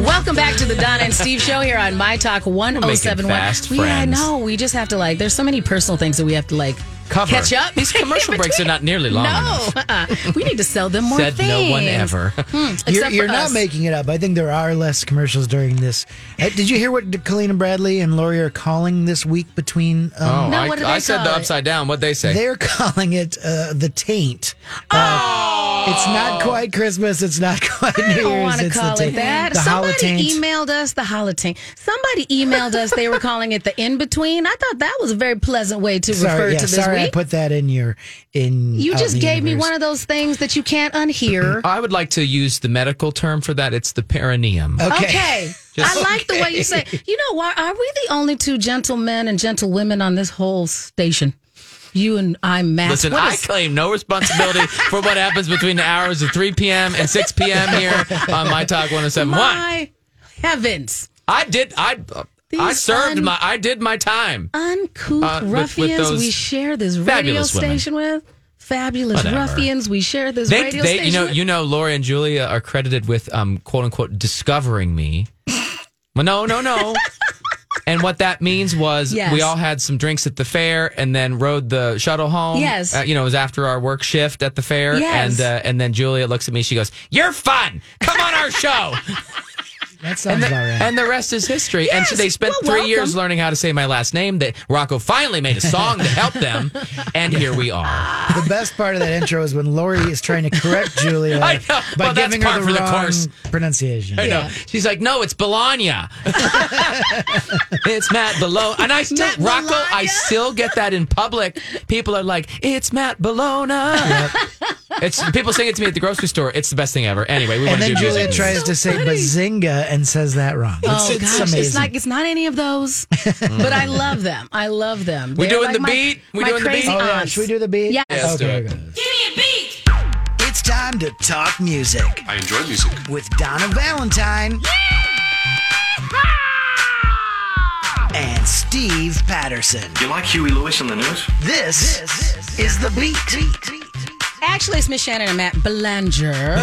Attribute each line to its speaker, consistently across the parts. Speaker 1: Welcome back to the Donna and Steve show here on My Talk 1071.
Speaker 2: fast
Speaker 1: we, I
Speaker 2: friends.
Speaker 1: know. We just have to like, there's so many personal things that we have to like
Speaker 2: Cover.
Speaker 1: catch up.
Speaker 2: These commercial
Speaker 1: in
Speaker 2: breaks are
Speaker 1: between.
Speaker 2: not nearly long
Speaker 1: No.
Speaker 2: enough.
Speaker 1: uh-uh. We need to sell them more
Speaker 2: Said
Speaker 1: things. Hmm,
Speaker 2: no one ever.
Speaker 1: Except
Speaker 3: You're, you're
Speaker 1: for
Speaker 3: not
Speaker 1: us.
Speaker 3: making it up. I think there are less commercials during this. Uh, Did you hear what Colleen Bradley and Lori are calling this week between? Um,
Speaker 2: Oh,
Speaker 1: No,
Speaker 2: I,
Speaker 1: what do they
Speaker 2: I said the
Speaker 1: call it?
Speaker 2: upside down. What they say?
Speaker 3: They're calling it uh, the taint. oh! It's not quite Christmas. It's not quite New
Speaker 1: I don't
Speaker 3: Year's.
Speaker 1: want to
Speaker 3: It's
Speaker 1: call
Speaker 3: the
Speaker 1: it
Speaker 3: taint.
Speaker 1: that.
Speaker 3: The
Speaker 1: Somebody
Speaker 3: holotaint.
Speaker 1: emailed us the holotaint. Somebody emailed us they were calling it the in between. I thought that was a very pleasant way to refer
Speaker 3: sorry, yeah,
Speaker 1: to this
Speaker 3: sorry, I
Speaker 1: week.
Speaker 3: put that in your in.
Speaker 1: you
Speaker 3: out in
Speaker 1: just
Speaker 3: the
Speaker 1: gave me
Speaker 3: universe.
Speaker 1: one of those things that you can't unhear.
Speaker 2: I would like to use the medical term for that. It's the perineum.
Speaker 3: Okay.
Speaker 1: Okay.
Speaker 2: Just-
Speaker 1: I like the way you say. You know why? Are we the only two gentlemen and gentlewomen on this whole station? You and I, Matt.
Speaker 2: Listen,
Speaker 1: What
Speaker 2: I
Speaker 1: is-
Speaker 2: claim no responsibility for what happens between the hours of 3 p.m. and 6 p.m. here on My Talk 1071.
Speaker 1: my heavens,
Speaker 2: I did, I, I
Speaker 1: These
Speaker 2: served
Speaker 1: un-
Speaker 2: my, I did my time.
Speaker 1: uncouth
Speaker 2: Uh, with- with
Speaker 1: ruffians
Speaker 2: those
Speaker 1: we share this radio
Speaker 2: fabulous women.
Speaker 1: station with. Fabulous
Speaker 2: Whatever.
Speaker 1: ruffians we share this
Speaker 2: They,
Speaker 1: radio
Speaker 2: they,
Speaker 1: station.
Speaker 2: you know,
Speaker 1: with.
Speaker 2: you know, Laura and Julia are credited with, um, quote unquote, discovering me. well, no, no, no. And what that means was
Speaker 1: Yes.
Speaker 2: we all had some drinks at the fair and then rode the shuttle home.
Speaker 1: Yes.
Speaker 2: Uh, you know, it was after our work shift at the fair.
Speaker 1: Yes.
Speaker 2: And, uh, and then Julia looks at me. She goes, You're fun. Come on our show.
Speaker 3: That sounds about right.
Speaker 2: and the rest is history. and so
Speaker 1: Yes,
Speaker 2: they spent
Speaker 1: well,
Speaker 2: three years
Speaker 1: welcome.
Speaker 2: learning how to say my last name. That Rocco finally made a song to help them. And here we are.
Speaker 3: The best part of that intro is when Lori is trying to correct Julia
Speaker 2: I know.
Speaker 3: by
Speaker 2: Well, that's
Speaker 3: giving her
Speaker 2: par
Speaker 3: the
Speaker 2: for the
Speaker 3: wrong
Speaker 2: course.
Speaker 3: pronunciation.
Speaker 2: I know. She's like, no, it's Bologna. it's Matt Below. And I still,
Speaker 1: Matt
Speaker 2: Rocco, I
Speaker 1: Bologna?
Speaker 2: still get that in public. People are like, it's Matt Bologna. It's people saying it to me at the grocery store. It's the best thing ever. Anyway, we want
Speaker 3: And
Speaker 2: to do
Speaker 3: then Julia
Speaker 2: music.
Speaker 3: tries to say bazinga and says that wrong.
Speaker 1: Oh
Speaker 3: it's, it's
Speaker 1: gosh,
Speaker 3: amazing.
Speaker 1: it's like it's not any of those, but I love them. I love them.
Speaker 2: We
Speaker 1: They're
Speaker 2: doing
Speaker 1: like
Speaker 2: the
Speaker 1: my-
Speaker 2: beat? We
Speaker 1: my
Speaker 2: doing the
Speaker 1: crazy
Speaker 2: beat?
Speaker 3: oh, yeah.
Speaker 1: aunts.
Speaker 3: Should we do the beat?
Speaker 1: Yes.
Speaker 2: Yeah, let's
Speaker 3: okay,
Speaker 2: do it.
Speaker 3: okay. It's time to talk music
Speaker 4: I enjoy music.
Speaker 3: with Donna Valentine and Steve Patterson.
Speaker 5: You like Huey Lewis on the news?
Speaker 3: This, is the beat.
Speaker 1: Actually, it's Miss Shannon and Matt Belanger.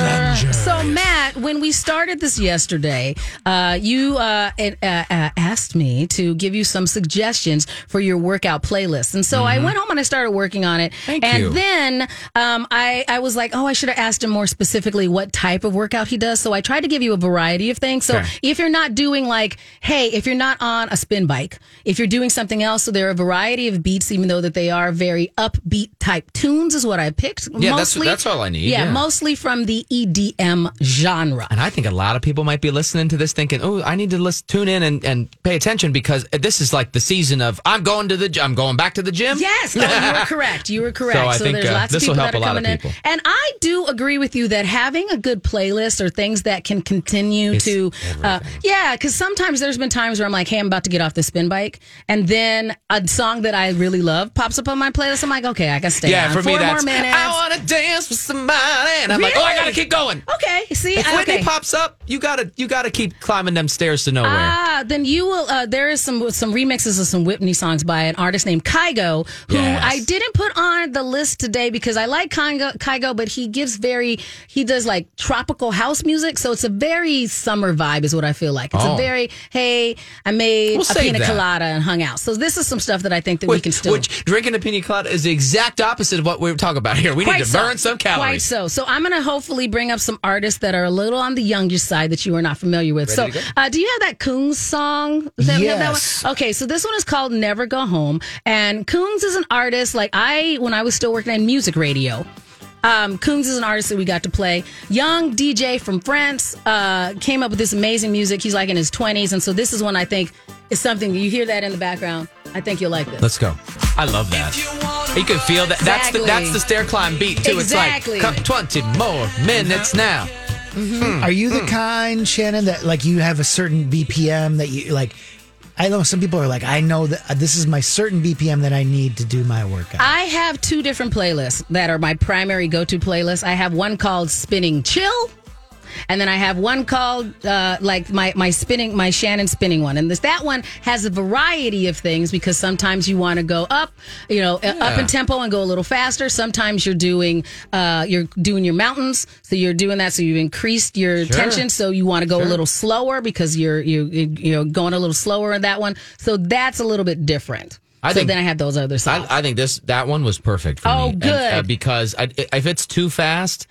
Speaker 1: so, Matt, when we started this yesterday, uh, you uh, it, uh, uh, asked me to give you some suggestions for your workout playlist, and so I went home and I started working on it.
Speaker 2: Mm-hmm. Thank
Speaker 1: and
Speaker 2: you.
Speaker 1: then um, I I was like, oh, I should have asked him more specifically what type of workout he does. So I tried to give you a variety of things. So
Speaker 2: Okay.
Speaker 1: if you're not doing like, hey, if you're not on a spin bike, if you're doing something else, so there are a variety of beats, even though that they are very upbeat type tunes, is what I picked
Speaker 2: Yeah, that's- that's all I need,
Speaker 1: yeah,
Speaker 2: yeah.
Speaker 1: mostly from the EDM genre.
Speaker 2: And I think a lot of people might be listening to this thinking, oh, I need to listen, tune in and, and pay attention because this is like the season of I'm going to the gy- I'm going back to the gym.
Speaker 1: Yes, no, you were correct. You were correct.
Speaker 2: So I think,
Speaker 1: there's
Speaker 2: uh,
Speaker 1: lots of
Speaker 2: this will
Speaker 1: people
Speaker 2: help
Speaker 1: that are
Speaker 2: a lot of
Speaker 1: coming
Speaker 2: people.
Speaker 1: in, and I do agree with you that having a good playlist or things that can continue
Speaker 2: It's
Speaker 1: to, uh, yeah, because sometimes there's been times where I'm like, hey, I'm about to get off the spin bike, and then a song that I really love pops up on my playlist. I'm like, okay, I can stay.
Speaker 2: Yeah,
Speaker 1: on.
Speaker 2: for me
Speaker 1: Four
Speaker 2: that's
Speaker 1: more minutes.
Speaker 2: I want to dance with somebody, and I'm like, oh, I
Speaker 1: Really?
Speaker 2: gotta keep going.
Speaker 1: okay, see,
Speaker 2: If
Speaker 1: I-
Speaker 2: Whitney
Speaker 1: okay.
Speaker 2: pops up, you gotta you gotta keep climbing them stairs to nowhere.
Speaker 1: Yeah, then you will. Uh, there is some some remixes of some Whitney songs by an artist named Kygo, who
Speaker 2: Yes.
Speaker 1: I didn't put on the list today because I like Kygo, Kygo, but he gives very he does like tropical house music, so it's a very summer vibe, is what I feel like. It's
Speaker 2: Oh.
Speaker 1: a very hey, I made
Speaker 2: We'll
Speaker 1: a
Speaker 2: save
Speaker 1: pina
Speaker 2: that.
Speaker 1: colada and hung out. So this is some stuff that I think that we
Speaker 2: Which,
Speaker 1: can still.
Speaker 2: which drinking a pina colada is the exact opposite of what we were talking about here. We need to burn some
Speaker 1: Quite
Speaker 2: calories.
Speaker 1: so. So I'm going to hopefully bring up some artists that are a little on the younger side that you are not familiar with. so uh, do you have that Coons song? That we have that
Speaker 3: Yes.
Speaker 1: one? Okay, so this one is called Never Go Home. And Coons is an artist like I, when I was still working in music radio, um, Coons is an artist that we got to play. Young DJ from France uh, came up with this amazing music. He's like in his 20s. And so this is one I think is something you hear that in the background. I think you'll like this.
Speaker 2: Let's go. I love that. You can feel that. That's the that's
Speaker 1: Exactly.
Speaker 2: the stair climb beat too.
Speaker 1: Exactly. Uh-huh.
Speaker 2: It's like come twenty more minutes now.
Speaker 3: Are you the kind, Shannon, that like you have a certain BPM that you like? I know some people are like, I know that uh, this is my certain BPM that I need to do my workout.
Speaker 1: I have two different playlists that are my primary go to playlists. I have one called Spinning Chill. And then I have one called uh, like my my spinning my Shannon spinning one, and this that one has a variety of things because sometimes you want to go up, you know, uh up in tempo and go a little faster. Sometimes you're doing uh, you're doing your mountains, so you're doing that, so you've increased your tension, so you want to go a little slower because you're you you know going a little slower in that one. So that's a little bit different. so
Speaker 2: I think-
Speaker 1: then I have those other songs.
Speaker 2: I, I think this that one was perfect for
Speaker 1: Oh,
Speaker 2: me. And,
Speaker 1: good.
Speaker 2: uh, because I, if it's too fast,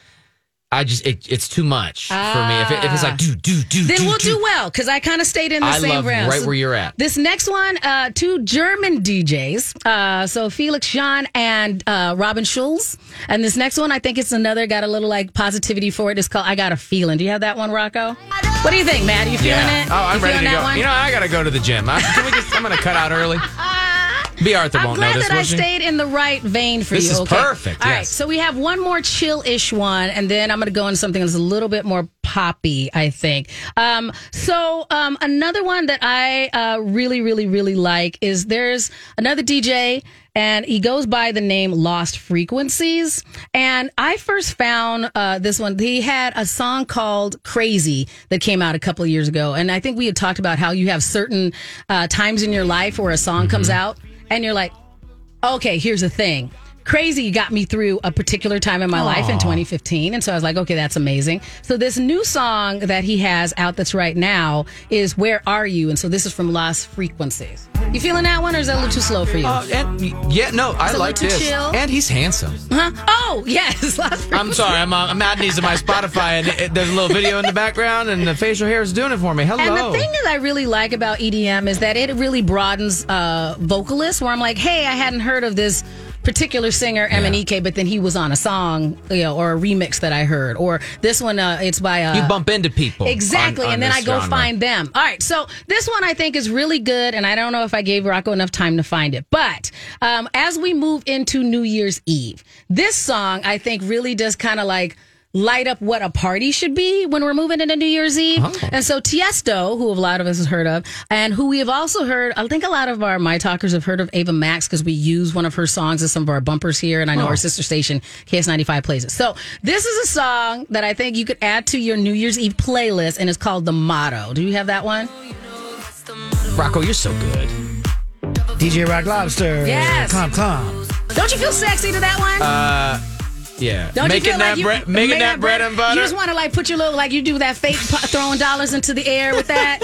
Speaker 2: I just it, it's too much for me. If, it, if it's like do do do,
Speaker 1: Ah. then
Speaker 2: do,
Speaker 1: we'll do well because I kind of stayed in the
Speaker 2: I
Speaker 1: same
Speaker 2: love
Speaker 1: round.
Speaker 2: right where you're at.
Speaker 1: This next one, uh, two German DJs, uh, so Felix Jean and uh, Robin Schulz. And this next one, I think it's another got a little like positivity for it. It's called "I Got a Feeling." Do you have that one, Rocco? What do you think, Matt? Are you feeling
Speaker 2: Yeah.
Speaker 1: it?
Speaker 2: Oh, I'm
Speaker 1: you
Speaker 2: ready
Speaker 1: feeling that
Speaker 2: to go.
Speaker 1: One?
Speaker 2: You know, I gotta go to the gym. I, can we just, I'm gonna cut out early. B. Arthur
Speaker 1: I'm
Speaker 2: won't
Speaker 1: glad
Speaker 2: notice.
Speaker 1: that
Speaker 2: will
Speaker 1: I
Speaker 2: she?
Speaker 1: stayed in the right vein for
Speaker 2: This
Speaker 1: you.
Speaker 2: is
Speaker 1: okay?
Speaker 2: perfect,
Speaker 1: All
Speaker 2: yes.
Speaker 1: right, so we have one more chill-ish one, and then I'm going to go into something that's a little bit more poppy, I think. Um, so um, another one that I uh, really, really, really like is there's another DJ, and he goes by the name Lost Frequencies. And I first found uh, this one. He had a song called "Crazy" that came out a couple of years ago, and I think we had talked about how you have certain uh, times in your life where a song comes
Speaker 2: Mm-hmm.
Speaker 1: out, and you're like okay, here's the thing. Crazy got me through a particular time in my life in 2015. And so I was like, okay, that's amazing. So this new song that he has out that's right now is Where Are You? And so this is from Lost Frequencies. You feeling that one or is that a little too slow for you?
Speaker 2: Oh, and yeah, no, I
Speaker 1: a
Speaker 2: like
Speaker 1: little
Speaker 2: this.
Speaker 1: too chill.
Speaker 2: And he's handsome.
Speaker 1: huh? Oh, yes. Lost Frequencies.
Speaker 2: I'm sorry, I'm uh, I'm adding these to my Spotify, and it, there's a little video in the background, and the facial hair is doing it for me. Hello.
Speaker 1: And the thing that I really like about EDM is that it really broadens uh, vocalists. Where I'm like, hey, I hadn't heard of this particular singer Emanike, but then he was on a song, you know, or a remix that I heard, or this one. Uh, it's by uh,
Speaker 2: you bump into people on-
Speaker 1: Exactly.
Speaker 2: on
Speaker 1: and then
Speaker 2: this
Speaker 1: I go
Speaker 2: genre.
Speaker 1: find them. All right. So this one I think is really good. And I don't know if I gave Rocco enough time to find it. But um, as we move into New Year's Eve, this song I think really does kind of like light up what a party should be when we're moving into New Year's Eve.
Speaker 2: Oh.
Speaker 1: And so Tiesto, who a lot of us have heard of, and who we have also heard, I think a lot of our My Talkers have heard of Ava Max because we use one of her songs as some of our bumpers here. And I know our
Speaker 2: Oh.
Speaker 1: sister station, KS95, plays it. So this is a song that I think you could add to your New Year's Eve playlist and it's called The Motto. Do you have that one?
Speaker 2: Rocco, you're so good.
Speaker 3: DJ Rock Lobster.
Speaker 1: Yes.
Speaker 3: Clomp, clomp.
Speaker 1: Don't you feel sexy to that one?
Speaker 2: Yeah,
Speaker 1: Don't
Speaker 2: Uh, making
Speaker 1: you feel
Speaker 2: that
Speaker 1: like you,
Speaker 2: bread, making
Speaker 1: made
Speaker 2: that bread and butter.
Speaker 1: You just want to like put your little like you do that fake po- throwing dollars into the air with that,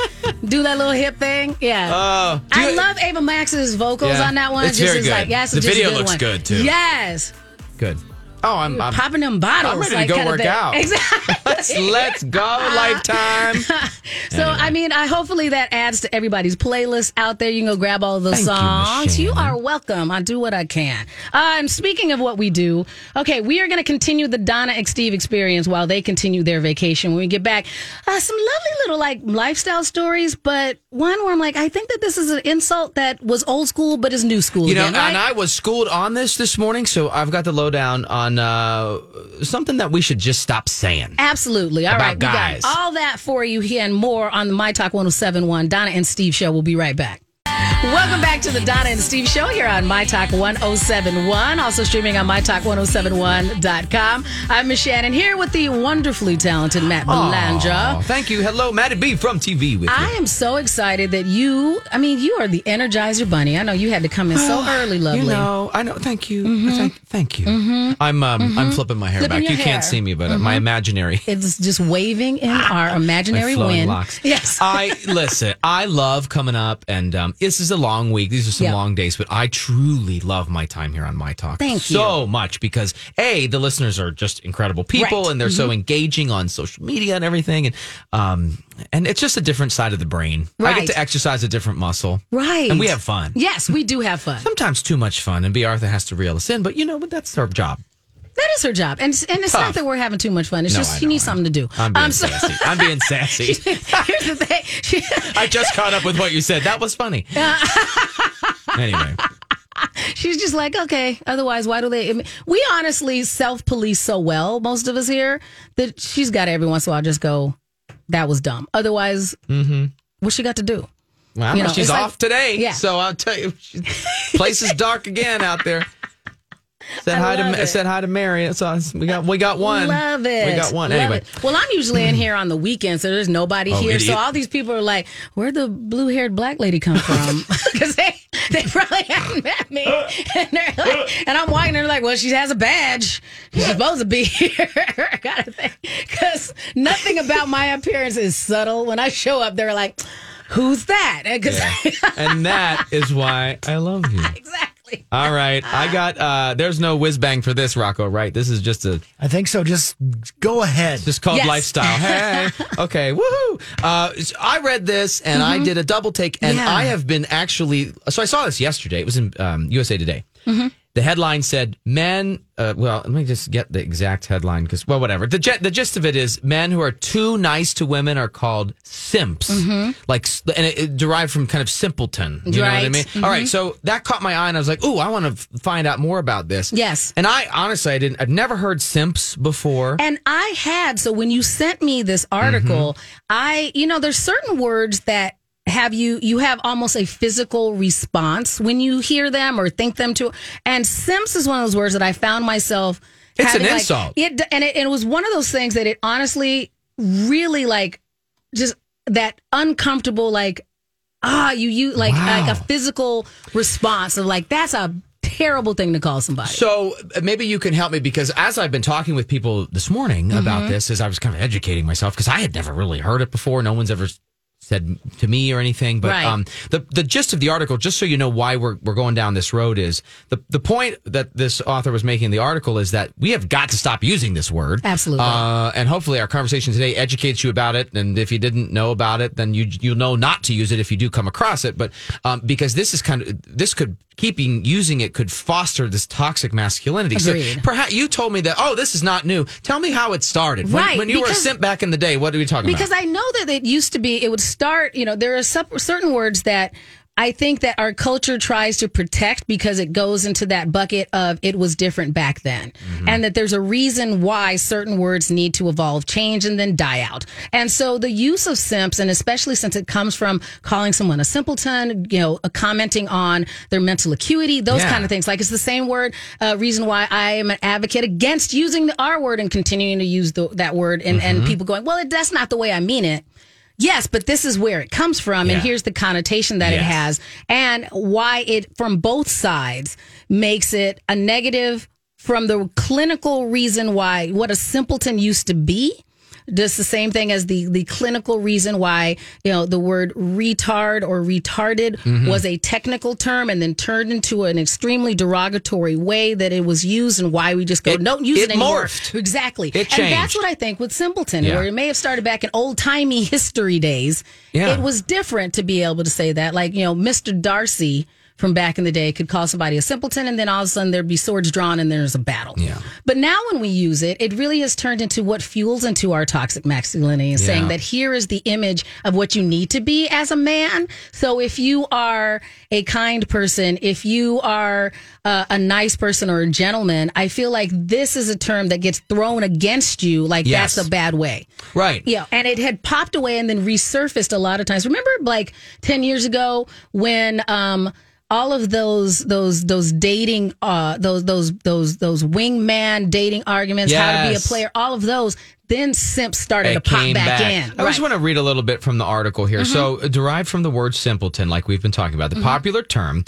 Speaker 1: do that little hip thing. Yeah,
Speaker 2: Oh, do
Speaker 1: I
Speaker 2: you-
Speaker 1: love Ava Max's vocals
Speaker 2: Yeah,
Speaker 1: on that one.
Speaker 2: it's very
Speaker 1: as
Speaker 2: good.
Speaker 1: Like, yes,
Speaker 2: The
Speaker 1: it's just a
Speaker 2: video
Speaker 1: good
Speaker 2: looks
Speaker 1: one.
Speaker 2: good, too.
Speaker 1: Yes,
Speaker 2: good. Oh, I'm, I'm
Speaker 1: popping them bottles.
Speaker 2: I'm ready to
Speaker 1: like,
Speaker 2: go
Speaker 1: kinda
Speaker 2: work
Speaker 1: thing.
Speaker 2: out.
Speaker 1: Exactly.
Speaker 2: Let's go, lifetime.
Speaker 1: So I mean, I hopefully that adds to everybody's playlist out there. You can go grab all of those
Speaker 2: Thank you, Miss
Speaker 1: songs. You,
Speaker 2: Shannon.
Speaker 1: are welcome. I do what I can. Uh, and speaking of what we do, okay, we are going to continue the Donna and Steve experience while they continue their vacation. When we get back, uh, some lovely little like lifestyle stories, but one where I'm like, I think that this is an insult that was old school but is new school.
Speaker 2: You know,
Speaker 1: again, right?
Speaker 2: and I was schooled on this this morning, so I've got the lowdown on uh, something that we should just stop saying.
Speaker 1: Absolutely. All
Speaker 2: About
Speaker 1: right,
Speaker 2: guys.
Speaker 1: we oh got all that for you here and more on the My Talk 1071 Donna and Steve show. We'll be right back. Welcome back to the Donna and Steve Show here on My Talk 1071, also streaming on MyTalk1071.com. I'm Miss Shannon here with the wonderfully talented Matt Belandra.
Speaker 2: Aw, thank you. Hello, Maddie B from TV with you.
Speaker 1: I am so excited that you, I mean, you are the Energizer Bunny. I know you had to come in so early, lovely. Mm-hmm.
Speaker 2: You know, I know. Thank you. Thank, thank you. I'm um, I'm flipping my hair
Speaker 1: Flipping
Speaker 2: back.
Speaker 1: your
Speaker 2: You
Speaker 1: hair. Mm-hmm.
Speaker 2: can't see me, but uh my imaginary.
Speaker 1: It's just waving in our imaginary
Speaker 2: my Ah, flowing
Speaker 1: wind.
Speaker 2: locks.
Speaker 1: Yes.
Speaker 2: I listen. I love coming up, and um, this is a long week. These are some
Speaker 1: Yeah.
Speaker 2: long days, but I truly love my time here on My Talk.
Speaker 1: Thank
Speaker 2: so much because a the listeners are just incredible people,
Speaker 1: Right. Mm-hmm.
Speaker 2: and they're so engaging on social media and everything, and um, and it's just a different side of the brain. I
Speaker 1: Right.
Speaker 2: get to exercise a different muscle,
Speaker 1: right.
Speaker 2: And we have fun.
Speaker 1: Yes, we do have fun.
Speaker 2: Sometimes too much fun, and B. Arthur has to reel us in, but you know, but that's our job.
Speaker 1: That is her job. And, and it's not
Speaker 2: Tough.
Speaker 1: that we're having too much fun. It's
Speaker 2: No, I
Speaker 1: just she
Speaker 2: know,
Speaker 1: needs
Speaker 2: I
Speaker 1: something to do. Um,
Speaker 2: I'm being
Speaker 1: so-
Speaker 2: sassy. I'm being sassy.
Speaker 1: Here's the thing. She-
Speaker 2: I just caught up with what you said. That was funny. anyway,
Speaker 1: she's just like, okay, otherwise, why do they? I mean, we honestly self police so well, most of us here, that she's got to every once in a while just go, that was dumb. Otherwise,
Speaker 2: Mm-hmm.
Speaker 1: what she got to do?
Speaker 2: well, I
Speaker 1: You
Speaker 2: know,
Speaker 1: know,
Speaker 2: she's
Speaker 1: it's like-
Speaker 2: off today,
Speaker 1: Yeah.
Speaker 2: so I'll tell you, she- place is dark again out there. Said
Speaker 1: I
Speaker 2: hi to
Speaker 1: love
Speaker 2: Ma-
Speaker 1: it.
Speaker 2: said hi to Mary. That's all. We got we got one.
Speaker 1: Love it.
Speaker 2: We got one.
Speaker 1: Love
Speaker 2: anyway,
Speaker 1: it. Well, I'm usually in here on the weekend, so there's nobody
Speaker 2: Oh,
Speaker 1: here. So
Speaker 2: idiot.
Speaker 1: all these people are like, where'd the blue haired black lady come from? Because they, they probably haven't met me. And, they're like, and I'm walking, and they're like, well, she has a badge. She's supposed to be here. kind of thing. Because nothing about my appearance is subtle. When I show up, they're like, who's that? Because
Speaker 2: and that is why I love you.
Speaker 1: exactly.
Speaker 2: All right, I got. uh There's no whiz bang for this, Rocco. Right? This is just a
Speaker 3: I think so. Just go ahead.
Speaker 2: Just called
Speaker 1: Yes.
Speaker 2: lifestyle. Hey, okay, woohoo! Uh, s- I read this and I did a double take, and
Speaker 1: Mm-hmm. Yeah.
Speaker 2: I have been actually. So I saw this yesterday. It was in um, USA Today.
Speaker 1: Mm-hmm.
Speaker 2: The headline said, "Men." Uh, well, let me just get the exact headline because, well, whatever. The ge- the gist of it is, men who are too nice to women are called simps.
Speaker 1: Mm-hmm.
Speaker 2: Like, s- and it, it derived from kind of simpleton. You know what I
Speaker 1: Right. Mm-hmm.
Speaker 2: mean? All right, so that caught my eye, and I was like, "Ooh, I want to find out more about this."
Speaker 1: Yes.
Speaker 2: And I honestly, I didn't. I've never heard simps before.
Speaker 1: And I had, so when you sent me this article,
Speaker 2: Mm-hmm.
Speaker 1: I, you know, there's certain words that have you, you have almost a physical response when you hear them or think them to. And Simps is one of those words that I found myself.
Speaker 2: It's an
Speaker 1: having, like-
Speaker 2: insult.
Speaker 1: It, and it, and it was one of those things that it honestly really like just that uncomfortable, like, ah, you, you, like,
Speaker 2: Wow.
Speaker 1: like a physical response of like, that's a terrible thing to call somebody.
Speaker 2: So uh, maybe you can help me because as I've been talking with people this morning
Speaker 1: Mm-hmm.
Speaker 2: about this, as I was kind of educating myself because I had never really heard it before. No one's ever s- said to me or anything. But
Speaker 1: Right.
Speaker 2: um, the the gist of the article, just so you know why we're we're going down this road, is the the point that this author was making in the article is that we have got to stop using this word.
Speaker 1: Absolutely.
Speaker 2: Uh, and hopefully our conversation today educates you about it. And if you didn't know about it, then you you'll know not to use it if you do come across it. But um, because this is kind of this could keeping using it could foster this toxic masculinity. So
Speaker 1: Agreed.
Speaker 2: perhaps you told me that oh this is not new. Tell me how it started. When-
Speaker 1: Right,
Speaker 2: When, you were a
Speaker 1: because-
Speaker 2: simp back in the day, what are we talking
Speaker 1: because
Speaker 2: about?
Speaker 1: I know that it used to be, it would start, you know, there are sup- certain words that I think that our culture tries to protect because it goes into that bucket of it was different back then.
Speaker 2: Mm-hmm.
Speaker 1: And that there's a reason why certain words need to evolve, change, and then die out. And so the use of simps, and especially since it comes from calling someone a simpleton, you know, commenting on their mental acuity, those
Speaker 2: Yeah.
Speaker 1: kind of things. Like it's the same word, uh, reason why I am an advocate against using the R word and continuing to use the, that word and, and
Speaker 2: Mm-hmm.
Speaker 1: people going, well, it, that's not the way I mean it. Yes, but this is where it comes from,
Speaker 2: Yeah.
Speaker 1: and here's the connotation that it
Speaker 2: Yes.
Speaker 1: has, and why it, from both sides, makes it a negative from the clinical reason why what a simpleton used to be. Does the same thing as the the clinical reason why you know the word retard or retarded
Speaker 2: Mm-hmm.
Speaker 1: was a technical term and then turned into an extremely derogatory way that it was used and why we just go
Speaker 2: It-
Speaker 1: don't use it,
Speaker 2: it
Speaker 1: anymore
Speaker 2: morphed.
Speaker 1: exactly
Speaker 2: It
Speaker 1: and that's
Speaker 2: changed.
Speaker 1: what I think with simpleton
Speaker 2: Yeah.
Speaker 1: where it may have started back in old timey history days
Speaker 2: Yeah.
Speaker 1: it was different to be able to say that like you know Mr. Darcy from back in the day could call somebody a simpleton, and then all of a sudden there'd be swords drawn and there's a battle.
Speaker 2: Yeah.
Speaker 1: But now when we use it, it really has turned into what fuels into our toxic masculinity and saying
Speaker 2: Yeah.
Speaker 1: that here is the image of what you need to be as a man. So if you are a kind person, if you are uh, a nice person or a gentleman, I feel like this is a term that gets thrown against you like
Speaker 2: Yes.
Speaker 1: that's a bad way.
Speaker 2: Right.
Speaker 1: Yeah, and it had popped away and then resurfaced a lot of times. Remember, like ten years ago, when um, all of those those those dating uh, those those those those wingman dating arguments, how to be a
Speaker 2: Yes.
Speaker 1: player, all of those, then simps started to
Speaker 2: It
Speaker 1: pop
Speaker 2: came
Speaker 1: back, in.
Speaker 2: I just
Speaker 1: Right. Mm-hmm.
Speaker 2: want to read a little bit from the article here. So, uh, derived from the word simpleton, like we've been talking about, the popular term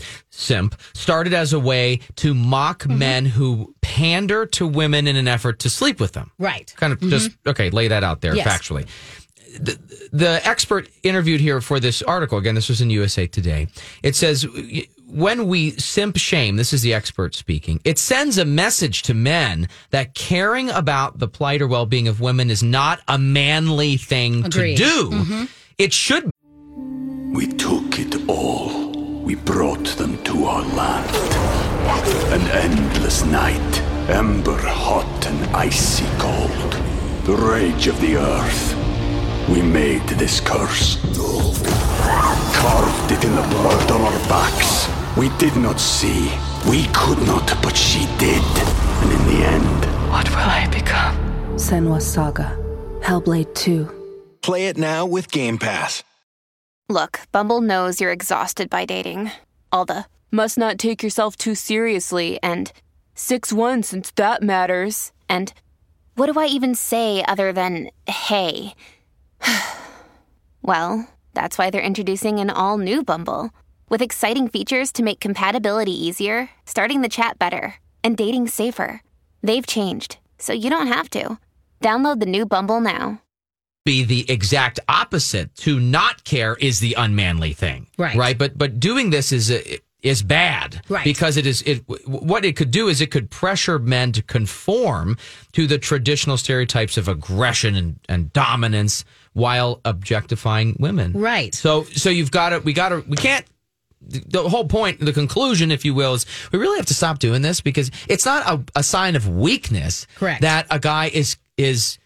Speaker 2: simp started as a way to mock
Speaker 1: Mm-hmm.
Speaker 2: men who pander to women in an effort to sleep with them.
Speaker 1: Right. Mm-hmm.
Speaker 2: Kind of just, okay, lay that out there
Speaker 1: Yes.
Speaker 2: factually. the expert interviewed here for this article again this was in usa today it says when we simp shame this is the expert speaking it sends a message to men that caring about the plight or well-being of women is not a manly thing
Speaker 1: Agreed. Mm-hmm.
Speaker 2: to do it should
Speaker 4: We took it all. We brought them to our land. An endless night, ember hot and icy cold. The rage of the earth. We made this curse. Carved it in the blood on our backs. We did not see. We could not, but she did. And in the end,
Speaker 6: What will I become? Senwa Saga, Hellblade 2.
Speaker 5: Play it now with Game Pass.
Speaker 7: Look, Bumble knows you're exhausted by dating. All the must not take yourself too seriously and 6 1 since that matters. And what do I even say other than hey? well, that's why they're introducing an all new Bumble with exciting features to make compatibility easier, starting the chat better, and dating safer. They've changed, so you don't have to. Download the new Bumble now.
Speaker 2: be the exact opposite to not care is the unmanly thing
Speaker 1: Right.
Speaker 2: right but but doing this is uh, is bad
Speaker 1: Right.
Speaker 2: because it is it what it could do is it could pressure men to conform to the traditional stereotypes of aggression and, and dominance while objectifying women
Speaker 1: Right.
Speaker 2: so so you've got to we got to we can't the the whole point, the conclusion, if you will, is we really have to stop doing this because it's not a, a sign of weakness
Speaker 1: Correct.
Speaker 2: that a guy is is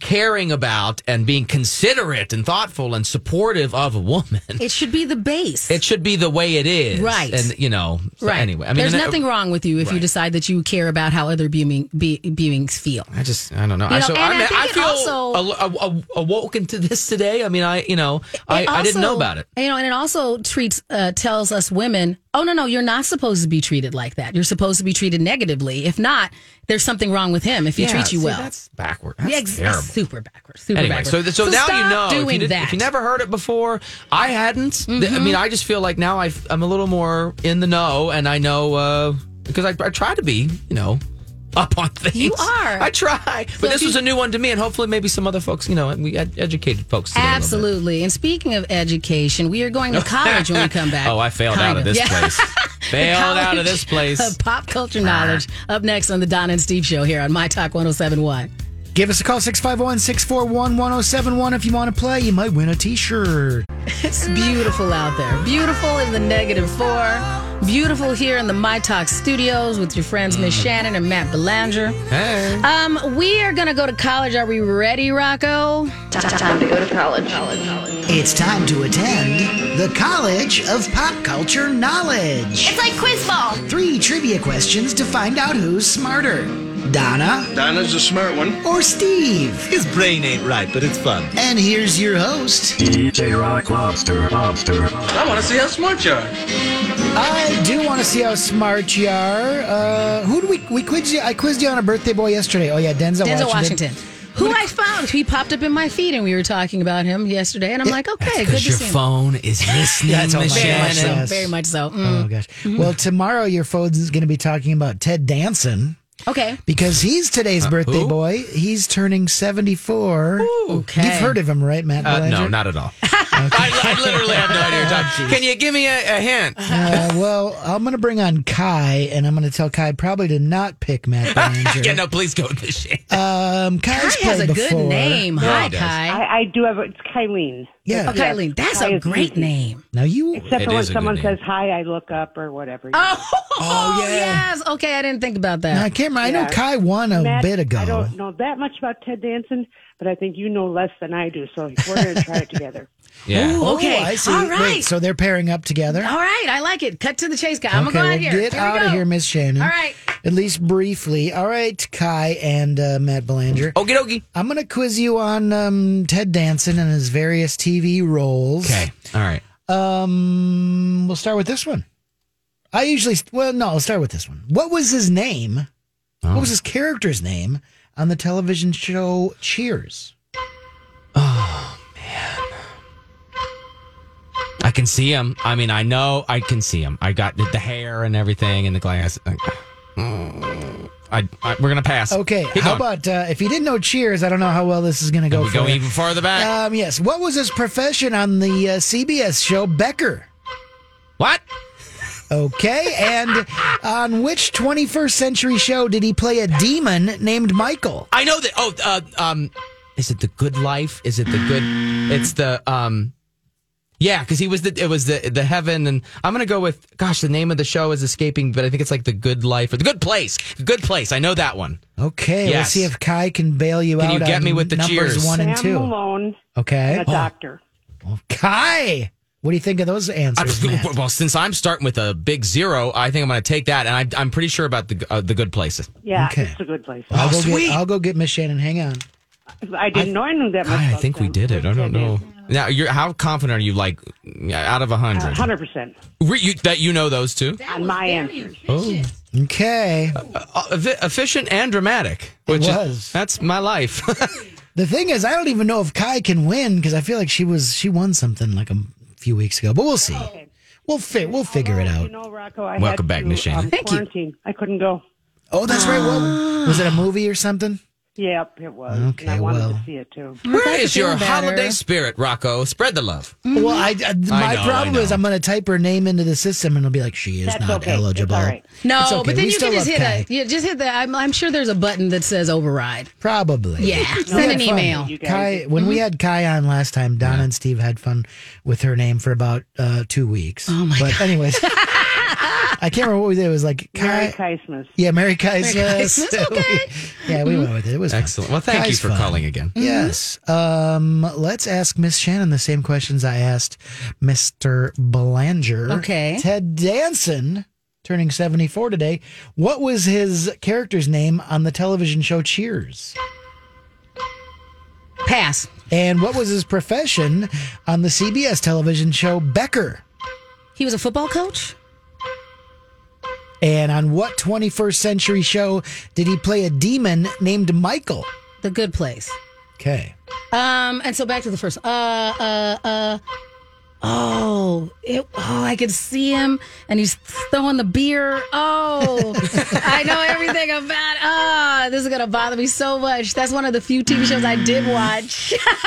Speaker 2: caring about and being considerate and thoughtful and supportive of a woman.
Speaker 1: It should be the base.
Speaker 2: It should be the way it is,
Speaker 1: Right.
Speaker 2: And you know, so
Speaker 1: right.
Speaker 2: Anyway, I mean,
Speaker 1: there's
Speaker 2: and I-
Speaker 1: nothing wrong with you if you
Speaker 2: Right.
Speaker 1: decide that you care about how other being, be, beings feel.
Speaker 2: I just, I don't know.
Speaker 1: You know,
Speaker 2: so
Speaker 1: and I
Speaker 2: I,
Speaker 1: think
Speaker 2: I
Speaker 1: it
Speaker 2: feel
Speaker 1: also-
Speaker 2: also, awoken to this today. I mean, I, you know, I,
Speaker 1: It
Speaker 2: I didn't know
Speaker 1: also-
Speaker 2: about it.
Speaker 1: You know, and it also treats uh, tells us women, oh no, no, you're not supposed to be treated like that. You're supposed to be treated negatively. If not, there's something wrong with him. If he
Speaker 2: Yeah,
Speaker 1: treats you
Speaker 2: see,
Speaker 1: well,
Speaker 2: That's backward. That's
Speaker 1: Yeah, ex-
Speaker 2: terrible.
Speaker 1: super backwards. Super
Speaker 2: anyway,
Speaker 1: backwards.
Speaker 2: so th- so, now you
Speaker 1: stop
Speaker 2: know. if, you
Speaker 1: doing
Speaker 2: didn't-
Speaker 1: that. Mm-hmm.
Speaker 2: if you never heard it before, I hadn't. Th- I mean, I just feel like now I've, I'm a little more in the know, and I know uh, because I, I try to be, you know, up on things.
Speaker 1: You are.
Speaker 2: I try, but
Speaker 1: if
Speaker 2: this was
Speaker 1: you-
Speaker 2: a new one to me, and hopefully, maybe some other folks, you know, we ed- educated folks. today a little bit.
Speaker 1: Absolutely. And speaking of education, we are going to college when we come back.
Speaker 2: Oh, I failed
Speaker 1: Kind
Speaker 2: out of this
Speaker 1: Yeah.
Speaker 2: place. failed out of
Speaker 1: College
Speaker 2: this place. Ah.
Speaker 1: of pop culture knowledge up next on the Don and Steve show here on My Talk 1071.
Speaker 3: Give us a call 651 641 1071 if you want to play. You might win a t shirt.
Speaker 1: It's beautiful out there. Beautiful in the negative four. Beautiful here in the My Talk studios with your friends
Speaker 3: Mm-hmm.
Speaker 1: Miss Shannon and Matt Belanger.
Speaker 2: Hey.
Speaker 1: Um, we are going to go to college. Are we ready, Rocco?
Speaker 3: It's time to attend the College of Pop Culture Knowledge.
Speaker 7: It's like quiz ball!
Speaker 3: Three trivia questions to find out who's smarter Donna
Speaker 5: Donna's a smart one.
Speaker 3: or Steve.
Speaker 8: His brain ain't right, but it's fun.
Speaker 3: And here's your host.
Speaker 9: DJ Rock Lobster, Lobster.
Speaker 8: I want to see how smart you are.
Speaker 3: I do want to see how smart you are. Uh, who do we we quiz you? I quizzed you on a birthday boy yesterday. Oh yeah, Denzel,
Speaker 1: Denzel Washington. Who I found, he popped up in my feed and we were talking about him yesterday. And I'm like, okay, good
Speaker 2: Because
Speaker 1: to
Speaker 2: your
Speaker 1: see him.
Speaker 2: phone is listening,
Speaker 3: Yeah, it's all
Speaker 2: Miss
Speaker 3: my
Speaker 1: Very much
Speaker 3: Shannon.
Speaker 1: so.
Speaker 3: Yes.
Speaker 1: Very much so. Mm.
Speaker 3: Oh gosh. Well, tomorrow your phone's going to be talking about Ted Danson
Speaker 1: Okay.
Speaker 3: because he's today's birthday
Speaker 2: Uh, who?
Speaker 3: boy. He's turning seventy four.
Speaker 1: Okay.
Speaker 3: You've heard of him, right, Matt?
Speaker 2: Uh, no,
Speaker 3: Belanger?
Speaker 2: not at all. I, I literally have no idea. what you're talking- Uh-huh. Can you give me a, a hint?
Speaker 3: Uh, well, I'm going to bring on Kai, and I'm going to tell Kai probably to not pick Matt Berenger.
Speaker 2: yeah, no, please go with this shit.
Speaker 3: Um, Kai's
Speaker 1: Kai has
Speaker 3: played
Speaker 1: a good
Speaker 3: before.
Speaker 1: name. Hi, Kai.
Speaker 10: I, I do have a, it's Kylene.
Speaker 3: Yeah.
Speaker 1: Oh, Kylene. That's
Speaker 10: Kai
Speaker 1: a
Speaker 10: is
Speaker 1: great
Speaker 10: easy.
Speaker 1: name.
Speaker 3: Now you.
Speaker 10: Except for when someone says hi, I look up or whatever.
Speaker 1: Oh,
Speaker 3: Oh, yeah.
Speaker 1: yes. Okay, I didn't think about that.
Speaker 3: Now, I can't. remember- Uh, I know Kai won a
Speaker 10: Matt,
Speaker 3: bit ago.
Speaker 10: I don't know that much about Ted Danson, but I think you know less than I do. So we're going to try it together.
Speaker 2: Yeah.
Speaker 3: Ooh,
Speaker 1: okay.
Speaker 3: I see.
Speaker 1: All
Speaker 3: Wait,
Speaker 1: right.
Speaker 3: so they're pairing up together.
Speaker 1: All right, I like it. Cut to the chase, guy. I'm
Speaker 3: okay,
Speaker 1: gonna go
Speaker 3: well,
Speaker 1: out here.
Speaker 3: Get
Speaker 1: Here we
Speaker 3: out of
Speaker 1: go.
Speaker 3: here, Miss Shannon.
Speaker 1: All right.
Speaker 3: At least briefly. All right, Kai and uh, Matt Belanger.
Speaker 1: Oh.
Speaker 2: Okie dokie.
Speaker 3: I'm going to quiz you on um, Ted Danson and his various TV roles.
Speaker 2: Okay. All right.
Speaker 3: Um, we'll start with this one. I usually, well, no, I'll start with this one. What was his name?
Speaker 1: Oh.
Speaker 3: What was his character's name on the television show Cheers?
Speaker 2: I can see him. I mean, I know I can see him. I got the, the hair and everything and the glass. I, I, I- we're gonna pass.
Speaker 3: Okay,
Speaker 2: Keep
Speaker 3: how
Speaker 2: going.
Speaker 3: about uh, if you didn't know Cheers, I don't know how well this is going to go.
Speaker 2: we
Speaker 3: for
Speaker 2: go
Speaker 3: you.
Speaker 2: even farther back.
Speaker 3: Um, yes. What was his profession on the uh, CBS show Becker?
Speaker 2: What?
Speaker 3: Okay, and on which 21st century show did he play a demon named Michael?
Speaker 2: I know that. Oh, uh, um, is it the Good Life? Is it the good? It's the um, yeah, because he was the it was the the heaven, and I'm gonna go with gosh, the name of the show is escaping, but I think it's like the Good Life or the Good Place. Good Place. I know that one.
Speaker 3: Okay,
Speaker 2: Yes.
Speaker 3: let's see if Kai can bail you
Speaker 2: Can
Speaker 3: out.
Speaker 2: you get
Speaker 3: on
Speaker 2: me with the
Speaker 3: numbers
Speaker 2: cheers?
Speaker 3: one and
Speaker 10: Sam
Speaker 3: two.
Speaker 10: Malone, and
Speaker 3: Okay,
Speaker 10: a doctor.
Speaker 3: Kai, what do you think of those answers?
Speaker 2: I-
Speaker 3: Matt?
Speaker 2: well, since I'm starting with a big zero, I think I'm gonna take that, and I, I'm pretty sure about the uh, the Good Places.
Speaker 10: Yeah,
Speaker 3: Okay.
Speaker 10: it's a good place.
Speaker 3: I'll go
Speaker 2: Oh, sweet.
Speaker 3: Get, I'll go get Miss Shannon. Hang on.
Speaker 10: I didn't know I knew that much.
Speaker 2: God, I
Speaker 10: about
Speaker 2: think we
Speaker 10: them.
Speaker 2: did it. I don't
Speaker 10: Yeah,
Speaker 2: know. Now, you're, how confident are you? Like, out of a
Speaker 10: Uh,
Speaker 2: hundred,
Speaker 10: 100%
Speaker 2: Re- you- that you know those two?
Speaker 10: on my answers.
Speaker 2: Oh,
Speaker 3: Okay.
Speaker 2: uh, eff- efficient and dramatic. Which is-
Speaker 3: was.
Speaker 2: that's my life.
Speaker 3: The thing is, I don't even know if Kai can win because I feel like she was she won something like a few weeks ago. But we'll see. We'll fi- we'll figure it
Speaker 10: You
Speaker 3: out.
Speaker 10: know, Rocco, I
Speaker 2: Welcome
Speaker 10: had
Speaker 2: back,
Speaker 10: to,
Speaker 2: Miss Shannon.
Speaker 10: um, quarantine. I couldn't go.
Speaker 3: Oh, that's right. What
Speaker 1: Ah.
Speaker 3: was it? A movie or something?
Speaker 10: Yep, it was. and I
Speaker 3: Okay,
Speaker 10: wanted
Speaker 3: well.
Speaker 10: to see it too.
Speaker 2: Where is your
Speaker 1: feeling better. Mm.
Speaker 2: holiday spirit, Rocco? Spread the love.
Speaker 3: Well, I, I- my
Speaker 2: know, I
Speaker 3: problem is
Speaker 2: know.
Speaker 3: I'm going to type her name into the system and it'll be like she is
Speaker 10: That's
Speaker 3: not
Speaker 10: okay. It's
Speaker 3: eligible.
Speaker 10: all right.
Speaker 1: No,
Speaker 3: It's okay.
Speaker 1: but then
Speaker 3: We
Speaker 1: you
Speaker 3: still
Speaker 1: can just
Speaker 3: love
Speaker 1: hit a
Speaker 3: Kai.
Speaker 1: yeah, just hit the. I'm, I'm sure there's a button that says override.
Speaker 3: Probably.
Speaker 1: Yeah,
Speaker 3: We
Speaker 1: send
Speaker 3: had
Speaker 1: an
Speaker 3: fun.
Speaker 1: email. Mm-hmm.
Speaker 10: You guys-
Speaker 3: Kai, when we had Kai on last time, Donna and Steve had fun with her name for about uh, two weeks. Oh my but anyways, I can't remember what we did. It was like Kai.
Speaker 10: Merry Christmas.
Speaker 3: Yeah, Merry Christmas.
Speaker 1: Christmas, okay. Mm-hmm.
Speaker 3: We- yeah, we went with it. It was fun.
Speaker 2: Excellent. Well, thank you
Speaker 3: Kai's
Speaker 2: for
Speaker 3: fun.
Speaker 2: calling again.
Speaker 3: Yes. Um, let's ask Miss Shannon the same questions I asked Mr. Belanger.
Speaker 1: Okay.
Speaker 3: Ted Danson, turning 74 today. What was his character's name on the television show Cheers?
Speaker 1: Pass.
Speaker 3: And what was his profession on the CBS television show Becker?
Speaker 1: He was a football coach.
Speaker 3: And on what 21st century show did he play a demon named Michael?
Speaker 1: The good place.
Speaker 3: Okay.
Speaker 1: Um, and so back to the first. Uh, uh, uh. Oh, it, oh! I could see him, and he's throwing the beer. Oh, I know everything about. Ah, this is gonna bother me so much. That's one of the few TV shows I did watch.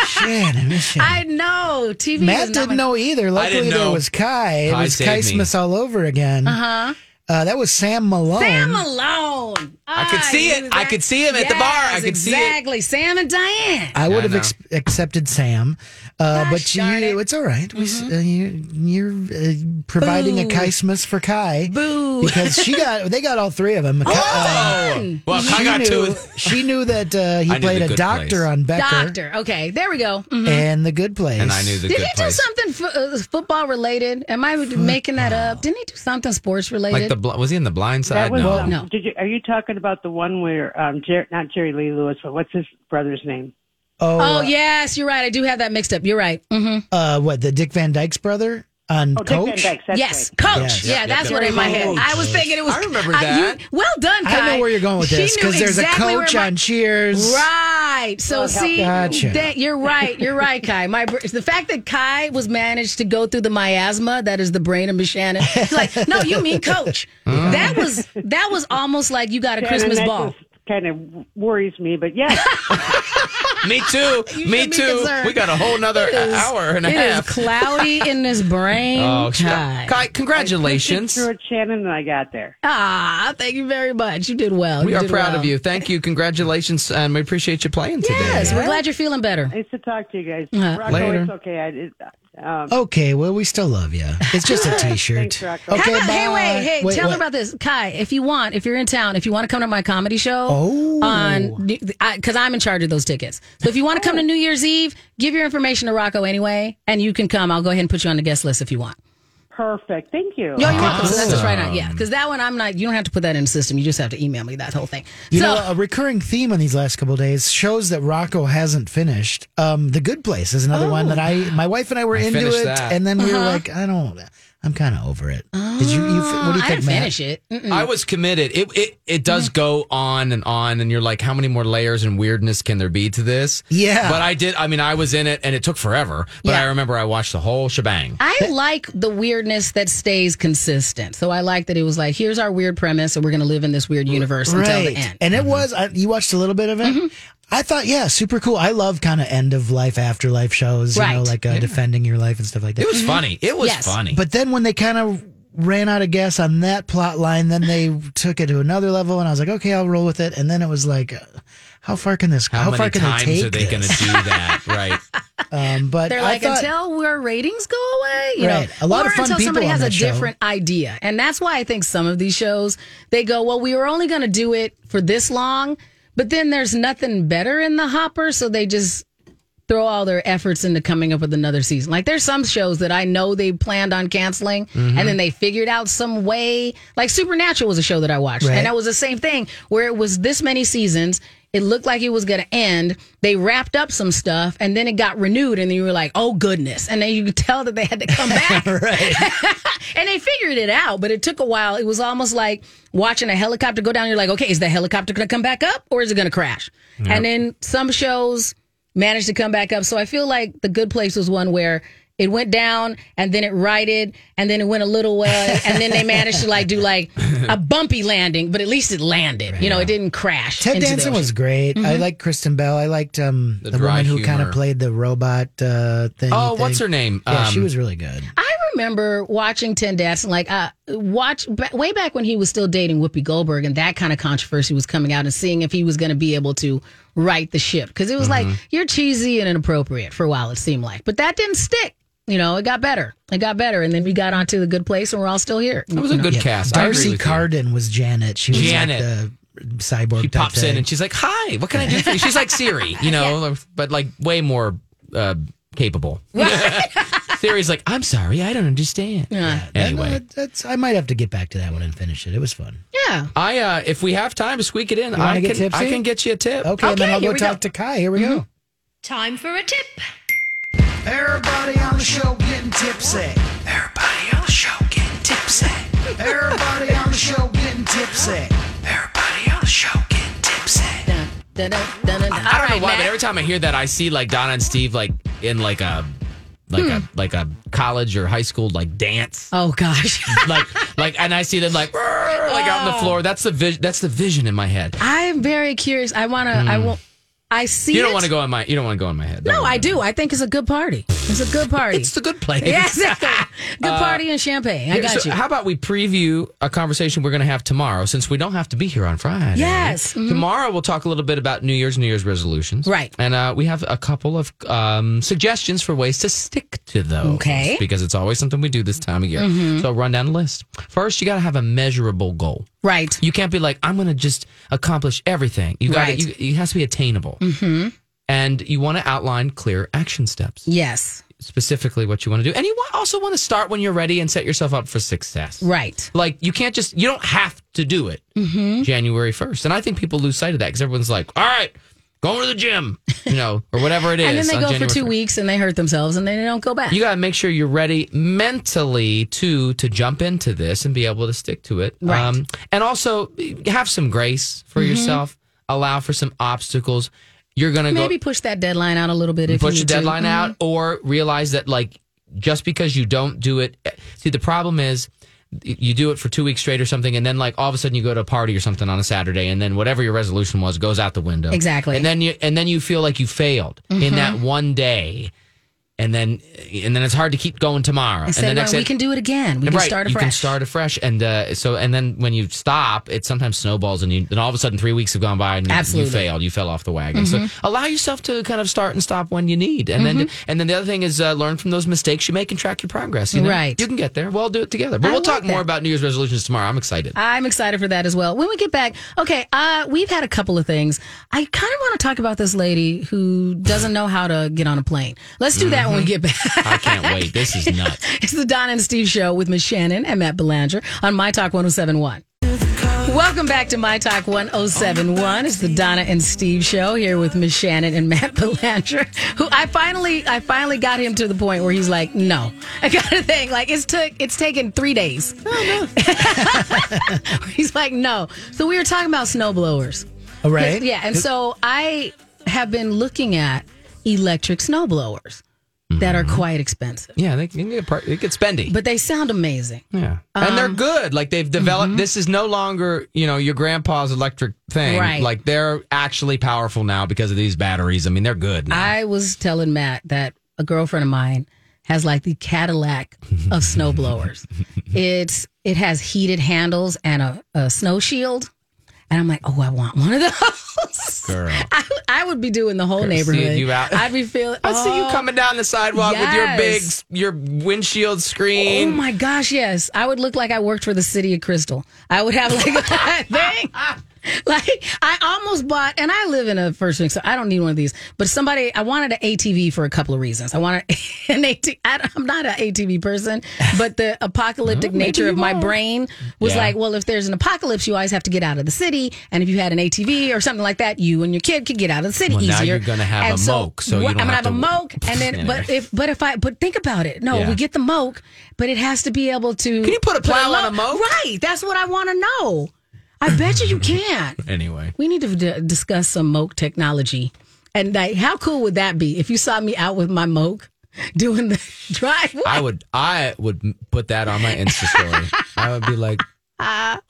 Speaker 3: Shannon, Miss Shannon.
Speaker 1: I know TV. is
Speaker 3: Matt
Speaker 1: not
Speaker 3: didn't
Speaker 1: my-
Speaker 3: know either. Luckily,
Speaker 2: didn't
Speaker 3: there
Speaker 2: know.
Speaker 3: was Kai. It
Speaker 2: Kai
Speaker 3: was
Speaker 2: saved
Speaker 3: Kai
Speaker 2: me.
Speaker 3: Smith all over again. Uh-huh. that was Sam Malone.
Speaker 1: Sam Ah, Malone.
Speaker 2: I could see it.
Speaker 1: knew
Speaker 2: I
Speaker 1: that.
Speaker 2: could see him at the bar. I
Speaker 1: Yes,
Speaker 2: could see it.
Speaker 1: exactly. Sam and Diane.
Speaker 3: I would
Speaker 2: I
Speaker 3: have
Speaker 2: know.
Speaker 3: ex- accepted Sam, uh, but you,
Speaker 1: darn it.
Speaker 3: it's all right. We, s- uh, you, you're uh, providing a
Speaker 1: Boo.
Speaker 3: Kaismas for Kai.
Speaker 1: Boo.
Speaker 3: Because she got, they got all three of them. uh,
Speaker 2: Oh,
Speaker 1: Mm.
Speaker 2: well, I got
Speaker 3: knew,
Speaker 2: two.
Speaker 3: she knew that uh, he
Speaker 2: I knew
Speaker 3: played
Speaker 2: The
Speaker 3: a
Speaker 2: Good
Speaker 3: doctor
Speaker 2: Place.
Speaker 3: on Becker
Speaker 1: Doctor. Okay, there we go. Mhm.
Speaker 3: and The Good Place.
Speaker 2: And I knew the
Speaker 1: Did
Speaker 2: good
Speaker 1: he do
Speaker 2: place.
Speaker 1: something fo- uh, football related? Am I making that up? Didn't he do something sports
Speaker 2: Like
Speaker 1: related?
Speaker 2: the bl- was he in the Blind Side?
Speaker 10: That was,
Speaker 2: No.
Speaker 10: um,
Speaker 1: No.
Speaker 10: Did you, are you talking about the one where um, Jer- not Jerry Lee Lewis, but what's his brother's name?
Speaker 3: Oh,
Speaker 1: oh
Speaker 3: uh,
Speaker 1: yes, you're right. I do have that mixed up. You're right. hmm
Speaker 3: uh, what, the Dick Van Dyke's brother on
Speaker 10: Oh, Dick Van
Speaker 3: Coach?
Speaker 10: Dyke. That's
Speaker 1: Yes,
Speaker 10: right.
Speaker 1: coach.
Speaker 3: Yes.
Speaker 1: Yeah,
Speaker 2: Yep,
Speaker 1: that's
Speaker 2: yep,
Speaker 1: what
Speaker 2: yep.
Speaker 1: in my head.
Speaker 2: Coach.
Speaker 1: I was thinking it was.
Speaker 2: I remember
Speaker 1: I- you-
Speaker 2: that.
Speaker 1: well done.
Speaker 3: I know
Speaker 1: Kai.
Speaker 3: where you're going with
Speaker 1: She
Speaker 3: this
Speaker 1: knew
Speaker 3: because there's
Speaker 1: exactly
Speaker 3: a
Speaker 1: where
Speaker 3: coach
Speaker 1: my-
Speaker 3: on Cheers.
Speaker 1: Right. So
Speaker 10: Well,
Speaker 1: see,
Speaker 3: Gotcha.
Speaker 1: that, you're right. You're right, Kai. My br- the fact that Kai was managed to go through the miasma that is the brain of Miss Shannon. She's like, no, you mean coach? that was that was almost like you got a
Speaker 10: Shannon,
Speaker 1: Christmas
Speaker 10: that
Speaker 1: ball.
Speaker 10: just kind of worries me. But yeah,
Speaker 2: Me too. Me
Speaker 1: be
Speaker 2: too.
Speaker 1: concerned.
Speaker 2: We got a whole nother
Speaker 1: It is-
Speaker 2: hour and a
Speaker 1: it is
Speaker 2: half.
Speaker 1: cloudy in this brain.
Speaker 2: Oh, sh-
Speaker 1: Kai.
Speaker 2: Kai, congratulations.
Speaker 10: through it, Shannon, and I got there.
Speaker 1: Ah, thank you very much. You did well.
Speaker 2: We
Speaker 1: You
Speaker 2: are
Speaker 1: did
Speaker 2: proud
Speaker 1: well.
Speaker 2: of you. Thank you. Congratulations. And we appreciate you playing today.
Speaker 1: Yes, we're glad you're feeling better.
Speaker 10: Nice to talk to you guys.
Speaker 2: Uh,
Speaker 10: Rocco,
Speaker 2: Later.
Speaker 10: it's okay. I, it, um,
Speaker 3: Okay, well, we still love you. It's just a T-shirt.
Speaker 10: Thanks, Rocco.
Speaker 3: okay,
Speaker 1: How about, hey,
Speaker 3: bye.
Speaker 1: wait, hey, tell
Speaker 3: what?
Speaker 1: her about this, Kai. If you want, if you're in town, if you want to come to my comedy show,
Speaker 3: Oh.
Speaker 1: on because I'm in charge of those tickets. So if you want to
Speaker 3: Oh.
Speaker 1: come to New Year's Eve, give your information to Rocco anyway, and you can come. I'll go ahead and put you on the guest list if you want.
Speaker 10: perfect. Thank you.
Speaker 1: No, you're welcome. So that's just right on, yeah. Because that one, I'm not. You don't have to put that in the system. You just have to email me that whole thing.
Speaker 3: You
Speaker 1: so
Speaker 3: know, a recurring theme on these last couple of days shows that Rocco hasn't finished. Um, the Good Place is another one that I,
Speaker 1: Oh.
Speaker 3: my wife and I were
Speaker 2: I
Speaker 3: into
Speaker 2: finished
Speaker 3: it,
Speaker 2: that.
Speaker 3: and then we were
Speaker 2: Uh-huh.
Speaker 3: like, I don't, I'm kind of over it. Did you? you fi- what do you
Speaker 1: I
Speaker 3: think,
Speaker 1: didn't
Speaker 3: Matt?
Speaker 1: finish it. Mm-mm.
Speaker 2: I was committed. It it, it does go on and on, and you're like, how many more layers and weirdness can there be to this?
Speaker 3: Yeah.
Speaker 2: But I did. I mean, I was in it, and it took forever. But I remember I watched the whole shebang.
Speaker 1: I like the weirdness that stays consistent. So I like that it was like, here's our weird premise, and we're going to live in this weird universe until the end. Mm-hmm.
Speaker 3: And
Speaker 2: Mm-hmm.
Speaker 3: it was, I, you watched a little bit of it. I thought, yeah, super cool. I love kind of end of life, afterlife shows, you know,
Speaker 2: Right.
Speaker 3: like uh, defending your life and stuff like that.
Speaker 2: It was funny. It was funny.
Speaker 3: Mm-hmm. But then when they kind of ran out of gas on that plot line, then they took it to another level, and I was like, okay, I'll roll with it. And then it was like, uh, how far can this?
Speaker 2: how,
Speaker 3: How, far
Speaker 2: many
Speaker 3: can
Speaker 2: times
Speaker 3: they take
Speaker 2: are they going to
Speaker 3: this?
Speaker 2: do that? right.
Speaker 3: Um, but
Speaker 1: They're
Speaker 3: I
Speaker 1: like,
Speaker 3: thought-
Speaker 1: until where ratings go away, you
Speaker 3: Right.
Speaker 1: know,
Speaker 3: A lot
Speaker 1: or
Speaker 3: of fun
Speaker 1: until
Speaker 3: people
Speaker 1: somebody
Speaker 3: on
Speaker 1: has a
Speaker 3: that show.
Speaker 1: different idea. And that's why I think some of these shows, they go, well, we were only going to do it for this long, but then there's nothing better in the hopper. So they just throw all their efforts into coming up with another season. Like there's some shows that I know they planned on canceling
Speaker 11: Mhm.
Speaker 1: and then they figured out some way. Like Supernatural was a show that I watched
Speaker 11: Right.
Speaker 1: and that was the same thing where it was this many seasons. It looked like it was going to end. They wrapped up some stuff and then it got renewed and then you were like, "Oh goodness." And then you could tell that they had to come back. and they figured it out, but it took a while. It was almost like watching a helicopter go down. You're like, "Okay, is the helicopter going to come back up or is it going to crash?"
Speaker 11: Yep.
Speaker 1: And then some shows managed to come back up. So I feel like the good place was one where it went down and then it righted and then it went a little way and then they managed to like do like a bumpy landing, but at least it landed. You know, it didn't crash.
Speaker 3: Ted
Speaker 1: into the
Speaker 3: Danson was
Speaker 1: ocean.
Speaker 3: great. I
Speaker 1: Mhm.
Speaker 3: like Kristen Bell. I liked um,
Speaker 2: The
Speaker 3: the,
Speaker 2: dry
Speaker 3: woman who kind of
Speaker 2: humor.
Speaker 3: played the robot uh, thing.
Speaker 2: Oh, what's her name?
Speaker 3: Yeah, she
Speaker 2: Um,
Speaker 3: was really good.
Speaker 1: I remember watching Ted Danson, like uh, watch ba- way back when he was still dating Whoopi Goldberg, and that kind of controversy was coming out, and seeing if he was going to be able to right the ship because it was
Speaker 11: Mhm.
Speaker 1: like
Speaker 2: Mm-hmm.
Speaker 1: you're cheesy and inappropriate for a while. It seemed like, but that didn't stick. You know, it got better. It got better, and then we got onto the good place, and we're all still here. That
Speaker 2: was a good cast. I agree
Speaker 3: Darcy
Speaker 2: with you.
Speaker 3: Carden was Janet. She was
Speaker 2: Janet.
Speaker 3: like the cyborg. She
Speaker 2: Pops in and she's like, "Hi, what can I do for you?" She's like Siri, you know, but like way more uh, capable. Siri's like, "I'm sorry, I don't understand."
Speaker 1: Yeah.
Speaker 2: Anyway.
Speaker 3: that's I might have to get back to that one and finish it. It was fun.
Speaker 1: Yeah.
Speaker 2: I uh if we have time to squeak it in,
Speaker 3: You wanna
Speaker 2: I
Speaker 3: get
Speaker 2: can I
Speaker 3: tipsy?
Speaker 2: can get you a tip.
Speaker 3: Okay, and then I'll go Mm-hmm. talk to Kai. Here we go.
Speaker 11: Time for a tip.
Speaker 3: Everybody on the show getting tipsy. Everybody on the show getting tipsy. Everybody on the show getting tipsy. Everybody on the show getting tipsy.
Speaker 2: I don't know why, but every time I hear that, I see like Donna and Steve like in like a like a like a college or high school like dance.
Speaker 1: Hmm. Oh gosh.
Speaker 2: like like and I see them like "Rrr," like
Speaker 1: Oh.
Speaker 2: out on the floor. That's the vision. That's the vision in my head.
Speaker 1: I'm very curious. I want to. I
Speaker 2: Mm.
Speaker 1: won't. I see.
Speaker 2: you
Speaker 1: it.
Speaker 2: don't want to go in my you don't want to go in my head.
Speaker 1: No, I do. I think it's a good party. It's a good party. it's
Speaker 2: the good place.
Speaker 1: Yes, good
Speaker 2: Uh,
Speaker 1: party and champagne. I
Speaker 2: Here,
Speaker 1: got
Speaker 2: so
Speaker 1: you.
Speaker 2: How about we preview a conversation we're going to have tomorrow since we don't have to be here on Friday?
Speaker 1: Yes. Mhm.
Speaker 2: Tomorrow we'll talk a little bit about New Year's, New Year's resolutions.
Speaker 1: Right.
Speaker 2: And uh, we have a couple of um, suggestions for ways to stick to those.
Speaker 1: Okay.
Speaker 2: Because it's always something we do this time of year.
Speaker 1: Mhm.
Speaker 2: So I'll run down the list. First, you got to have a measurable goal.
Speaker 1: Right.
Speaker 2: You can't be like, I'm going to just accomplish everything. You got
Speaker 1: Right.
Speaker 2: to It has to be attainable.
Speaker 1: Mm-hmm.
Speaker 2: And you want to outline clear action steps,
Speaker 1: Yes.
Speaker 2: specifically what you want to do. And you wa- also want to start when you're ready and set yourself up for success.
Speaker 1: Right.
Speaker 2: Like you can't just you don't have to do it
Speaker 1: Mm-hmm.
Speaker 2: January first, and I think people lose sight of that because everyone's like, "All right, going to the gym," you know, or whatever it is.
Speaker 1: And then they
Speaker 2: on
Speaker 1: go
Speaker 2: January
Speaker 1: for two
Speaker 2: 1st.
Speaker 1: weeks and they hurt themselves and then they don't go back.
Speaker 2: You got to make sure you're ready mentally too to jump into this and be able to stick to it. Um,
Speaker 1: Right.
Speaker 2: and also have some grace for
Speaker 1: Mhm.
Speaker 2: yourself. Allow for some obstacles. You're gonna go
Speaker 1: Maybe push that deadline out a little bit. If
Speaker 2: push
Speaker 1: you
Speaker 2: the
Speaker 1: need to.
Speaker 2: deadline
Speaker 1: Mm-hmm.
Speaker 2: out or realize that like just because you don't do it see the problem is you do it for two weeks straight or something, and then like all of a sudden you go to a party or something on a Saturday, and then whatever your resolution was goes out the window.
Speaker 1: Exactly.
Speaker 2: And then you and then you feel like you failed
Speaker 1: Mhm.
Speaker 2: in that one day, and then and then it's hard to keep going tomorrow.
Speaker 1: I
Speaker 2: and the
Speaker 1: said, well,
Speaker 2: day-
Speaker 1: we can do it again. We can
Speaker 2: right,
Speaker 1: start
Speaker 2: You can
Speaker 1: afresh.
Speaker 2: start afresh, and uh, so and then when you stop, it sometimes snowballs, and you then all of a sudden three weeks have gone by, and you, you
Speaker 1: Absolutely.
Speaker 2: failed, you fell off the wagon.
Speaker 1: Mhm.
Speaker 2: So allow yourself to kind of start and stop when you need, and then
Speaker 1: Mm-hmm.
Speaker 2: and then the other thing is uh, learn from those mistakes you make and track your progress. You know?
Speaker 1: Right.
Speaker 2: you can get there. We'll all do it together. But
Speaker 1: I
Speaker 2: we'll
Speaker 1: like
Speaker 2: talk more
Speaker 1: that.
Speaker 2: about New Year's resolutions tomorrow. I'm excited.
Speaker 1: I'm excited for that as well. When we get back, okay, uh, we've had a couple of things. I kind of want to talk about this lady who doesn't know how to get on a plane. Let's do that when we
Speaker 2: Mhm.
Speaker 1: get back.
Speaker 2: I can't wait. This is nuts.
Speaker 1: It's the Don and Steve show with Miss Shannon and Matt Belanger on My Talk 1071. Welcome back to My Talk 1071. It's the Donna and Steve show here with Miss Shannon and Matt Belanger, who I finally I finally got him to the point where he's like, no. I got a thing. Like it's took it's taken three days. he's like, no. So we were talking about snowblowers.
Speaker 3: All right.
Speaker 1: Yeah, and so I have been looking at electric snowblowers that
Speaker 2: Mm-hmm.
Speaker 1: are quite expensive.
Speaker 2: Yeah, they, they get, par- they get spendy.
Speaker 1: But um, they sound amazing.
Speaker 2: Yeah. and they're good. Like they've
Speaker 1: Mm-hmm.
Speaker 2: developed. This is no longer, you know, your grandpa's electric thing.
Speaker 1: Right.
Speaker 2: Like they're actually powerful now because of these batteries. I mean, they're good. now.
Speaker 1: I was telling Matt that a girlfriend of mine has like the Cadillac of snowblowers. it's it has heated handles and a, a snow shield. And I'm like, oh, I want one of those.
Speaker 2: Girl.
Speaker 1: I, I would be doing the whole
Speaker 2: Girl, seeing
Speaker 1: neighborhood.
Speaker 2: you out.
Speaker 1: I'd be feeling.
Speaker 2: I see you
Speaker 1: oh,
Speaker 2: coming down the sidewalk
Speaker 1: yes.
Speaker 2: with your big, your windshield
Speaker 1: Oh
Speaker 2: screen.
Speaker 1: my gosh, yes. I would look like I worked for the city of Crystal. I would have like that thing. Like I almost bought and I live in a first ring, so I don't need one of these. But somebody I wanted an ATV for a couple of reasons. I wanted an ATV. I'm not an ATV person, but the apocalyptic
Speaker 11: Well, maybe
Speaker 1: nature of
Speaker 11: you
Speaker 1: my
Speaker 11: are.
Speaker 1: brain was
Speaker 11: Yeah.
Speaker 1: like, well, if there's an apocalypse, you always have to get out of the city. And if you had an ATV or something like that, you and your kid could get out of the city
Speaker 2: Well,
Speaker 1: easier.
Speaker 2: now you're gonna have
Speaker 1: And
Speaker 2: a moke, so you
Speaker 1: what-
Speaker 2: don't
Speaker 1: I'm gonna
Speaker 2: have
Speaker 1: have, a
Speaker 2: to-
Speaker 1: moke, and then
Speaker 2: Anyway.
Speaker 1: but if but if I but think about it, no,
Speaker 2: Yeah.
Speaker 1: we get the moke, but it has to be able to. Can you
Speaker 2: put a plow on a moke?
Speaker 1: Right, that's what I want to know. I bet you you can.
Speaker 2: Anyway.
Speaker 1: We need to d- discuss some moke technology, and like, how cool would that be if you saw me out with my moke doing the drive?
Speaker 2: I would I would m- put that on my Insta story. I would be like,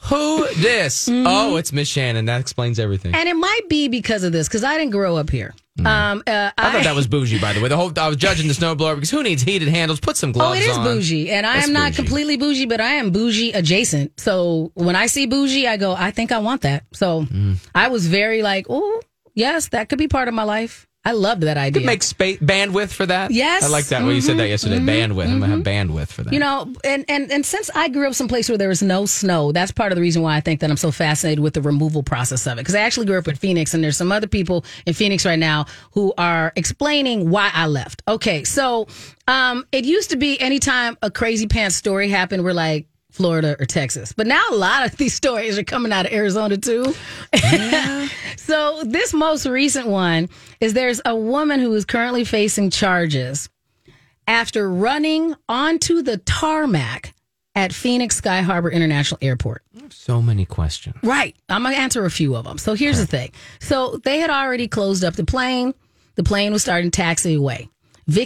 Speaker 2: who this?
Speaker 1: Mm-hmm.
Speaker 2: Oh, it's Miss Shannon. That explains everything.
Speaker 1: And it might be because of this, because I didn't grow up here. Um, uh,
Speaker 2: Mm. I thought that was bougie, by the way. The whole I was judging the snowblower because who needs heated handles? Put some
Speaker 1: Oh,
Speaker 2: gloves
Speaker 1: it is
Speaker 2: on.
Speaker 1: bougie, and I
Speaker 2: That's
Speaker 1: am not
Speaker 2: bougie.
Speaker 1: completely bougie, but I am bougie adjacent. So when I see bougie, I go, I think I want that. So
Speaker 2: Mm.
Speaker 1: I was very like, oh, yes, that could be part of my life. I loved that
Speaker 2: You could
Speaker 1: idea.
Speaker 2: make space bandwidth for that.
Speaker 1: Yes.
Speaker 2: I like that way you said that yesterday.
Speaker 1: Mhm.
Speaker 2: Bandwidth. I'm gonna have bandwidth for that.
Speaker 1: you know, and, and and since I grew up someplace where there was no snow, that's part of the reason why I think that I'm so fascinated with the removal process of it. Because I actually grew up in Phoenix, and there's some other people in Phoenix right now who are explaining why I left. Okay, so um, it used to be anytime a crazy pants story happened, we're like. Florida or Texas. But now a lot of these stories are coming out of Arizona too. so, this most recent one is there's a woman who is currently facing charges after running onto the tarmac at Phoenix Sky Harbor International Airport.
Speaker 2: So many questions.
Speaker 1: Right. I'm going to answer a few of them. So here's the thing. So they had already closed up the plane. The plane was starting to taxi away. Vic